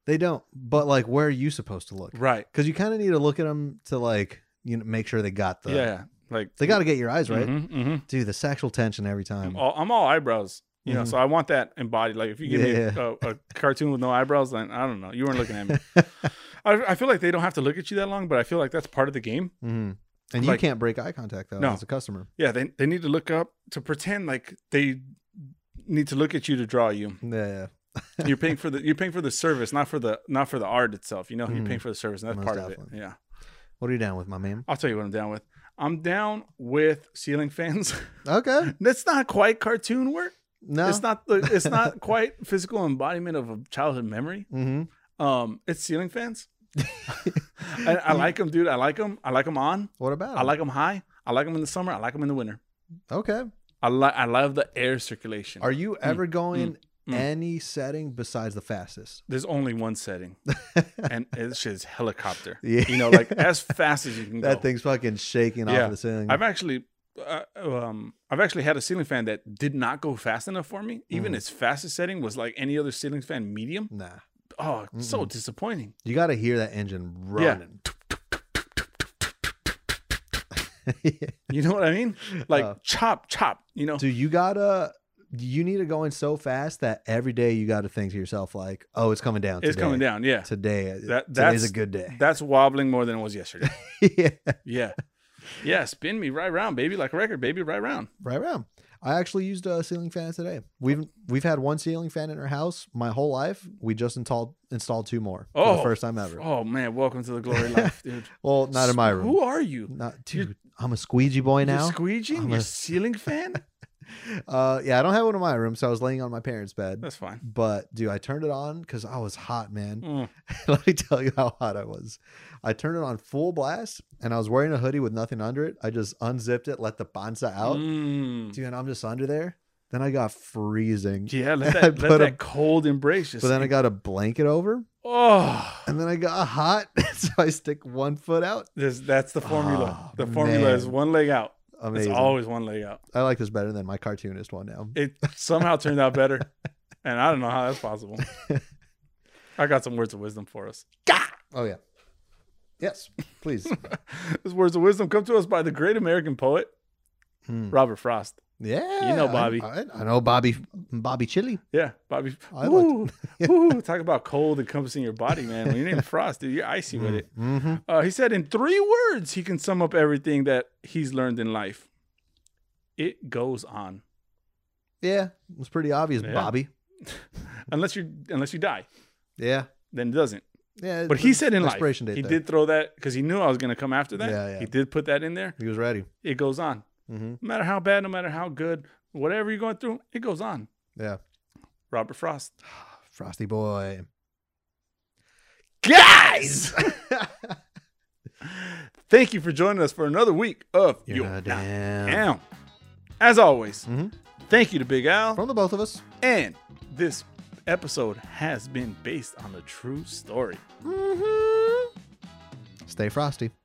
Speaker 2: they don't but like where are you supposed to look
Speaker 1: Right.
Speaker 2: because you kind of need to look at them to like you know make sure they got the
Speaker 1: yeah. Like
Speaker 2: they got to get your eyes right Um,
Speaker 1: Mhm, mhm.
Speaker 2: dude the sexual tension every time
Speaker 1: I'm, Mm, all, I'm all eyebrows. You know,
Speaker 2: Mhm.
Speaker 1: so I want that embodied. Like, if you give me
Speaker 2: Yeah.
Speaker 1: a, a, cartoon with no eyebrows, then I don't know. You weren't looking at me. I, I feel like they don't have to look at you that long, but I feel like that's part of the game.
Speaker 2: Mhm. and you
Speaker 1: Like-
Speaker 2: can't break eye contact though
Speaker 1: No.
Speaker 2: as a customer
Speaker 1: Yeah, they they need to look up to pretend like they need to look at you to draw you.
Speaker 2: yeah, yeah.
Speaker 1: You're paying for the you're paying for the service, not for the not for the art itself. You know, you're
Speaker 2: Mhm.
Speaker 1: paying for the service, and that's
Speaker 2: Most
Speaker 1: part of
Speaker 2: definitely.
Speaker 1: it. Yeah.
Speaker 2: what are you down with my man
Speaker 1: I'll tell you what I'm down with. I'm down with ceiling fans.
Speaker 2: okay
Speaker 1: That's not quite cartoon work.
Speaker 2: No,
Speaker 1: It's not the it's not quite physical embodiment of a childhood memory.
Speaker 2: Mm-hmm.
Speaker 1: Um, it's ceiling fans. I, I like them, dude. I like them. I like them on.
Speaker 2: What about?
Speaker 1: I like them high. I like them in the summer. I like them in the winter.
Speaker 2: Okay.
Speaker 1: I like I love the air circulation.
Speaker 2: Are you ever going
Speaker 1: mm.
Speaker 2: any setting besides the fastest?
Speaker 1: There's only one setting, and it's shit's helicopter.
Speaker 2: Yeah.
Speaker 1: You know, like as fast as you can
Speaker 2: That
Speaker 1: go.
Speaker 2: thing's fucking shaking
Speaker 1: Yeah.
Speaker 2: off of the ceiling.
Speaker 1: I've actually, uh, um, I've actually had a ceiling fan that did not go fast enough for me. Even
Speaker 2: Mhm.
Speaker 1: its fastest setting was like any other ceiling fan, medium.
Speaker 2: nah.
Speaker 1: Oh,
Speaker 2: Mm.
Speaker 1: so disappointing.
Speaker 2: You got to hear that engine running.
Speaker 1: You know what I mean? Like
Speaker 2: Uh,
Speaker 1: chop, chop. You know,
Speaker 2: Dude, you gotta. You need to go in so fast that every day you got to think to yourself like, "Oh, it's coming down.
Speaker 1: it's
Speaker 2: today.
Speaker 1: coming down. Yeah,
Speaker 2: today. uh,
Speaker 1: That-
Speaker 2: today's
Speaker 1: that's-
Speaker 2: a good day."
Speaker 1: that's wobbling more than it was yesterday.
Speaker 2: yeah.
Speaker 1: yeah, yeah. Spin me right round, baby, like a record, baby, right round.
Speaker 2: Right around. I actually used a ceiling fan today. We've we've had one ceiling fan in our house my whole life. We just installed installed two more for the
Speaker 1: Oh,
Speaker 2: first time ever.
Speaker 1: Oh man, welcome to the glory life, dude.
Speaker 2: Well, not in my room.
Speaker 1: Who are you?
Speaker 2: Not
Speaker 1: You're-
Speaker 2: dude. I'm a squeegee boy
Speaker 1: You're
Speaker 2: now.
Speaker 1: squeegeeing?
Speaker 2: I'm
Speaker 1: You're
Speaker 2: a-
Speaker 1: ceiling fan?
Speaker 2: uh, yeah, I don't have one in my room, so I was laying on my parents' bed.
Speaker 1: That's fine.
Speaker 2: But dude, I turned it on because I was hot, man.
Speaker 1: Mm.
Speaker 2: Let me tell you how hot I was. I turned it on full blast, and I was wearing a hoodie with nothing under it. I just unzipped it, let the bonza out,
Speaker 1: Mm.
Speaker 2: dude, and I'm just under there. Then I got freezing.
Speaker 1: Yeah, let
Speaker 2: I
Speaker 1: that,
Speaker 2: put
Speaker 1: let
Speaker 2: a-
Speaker 1: that cold embrace just.
Speaker 2: But then I got a blanket over,
Speaker 1: oh,
Speaker 2: and then I got hot, so I stick one foot out.
Speaker 1: this, that's the formula.
Speaker 2: Ah,
Speaker 1: the formula is
Speaker 2: man.
Speaker 1: one leg out.
Speaker 2: Amazing.
Speaker 1: It's always one leg out.
Speaker 2: I like this better than my cartoonist one now.
Speaker 1: It somehow turned out better, and I don't know how that's possible. I got some words of wisdom for us.
Speaker 2: Oh yeah. Yes, please.
Speaker 1: These words of wisdom come to us by the great American poet
Speaker 2: Hmm.
Speaker 1: Robert Frost.
Speaker 2: Yeah,
Speaker 1: know
Speaker 2: I-
Speaker 1: Bobby.
Speaker 2: I, I know Bobby. Bobby Chili.
Speaker 1: Yeah, Bobby.
Speaker 2: I
Speaker 1: Ooh, ooh, talk about cold encompassing your body, man. When your name Frost, dude, you're icy with it.
Speaker 2: Mm-hmm.
Speaker 1: Uh, he said in three words he can sum up everything that he's learned in life: It goes on
Speaker 2: Yeah, it was pretty obvious,
Speaker 1: Yeah.
Speaker 2: Bobby.
Speaker 1: unless you unless you die,
Speaker 2: Yeah,
Speaker 1: then it doesn't.
Speaker 2: yeah.
Speaker 1: But he said in life,
Speaker 2: expiration date.
Speaker 1: he
Speaker 2: there.
Speaker 1: did throw that because he knew I was going to come after that.
Speaker 2: Yeah, yeah.
Speaker 1: He did put that in there.
Speaker 2: He was ready.
Speaker 1: It goes on.
Speaker 2: hmm
Speaker 1: No matter how bad, no matter how good, whatever you're going through, it goes on.
Speaker 2: Yeah,
Speaker 1: Robert Frost.
Speaker 2: Frosty boy. Guys,
Speaker 1: Thank you for joining us for another week of Yo
Speaker 2: you're
Speaker 1: Not
Speaker 2: not down.
Speaker 1: Down. As always,
Speaker 2: Mhm.
Speaker 1: thank you to Big Al.
Speaker 2: From the both of us.
Speaker 1: and this episode has been based on a true story.
Speaker 2: Stay frosty.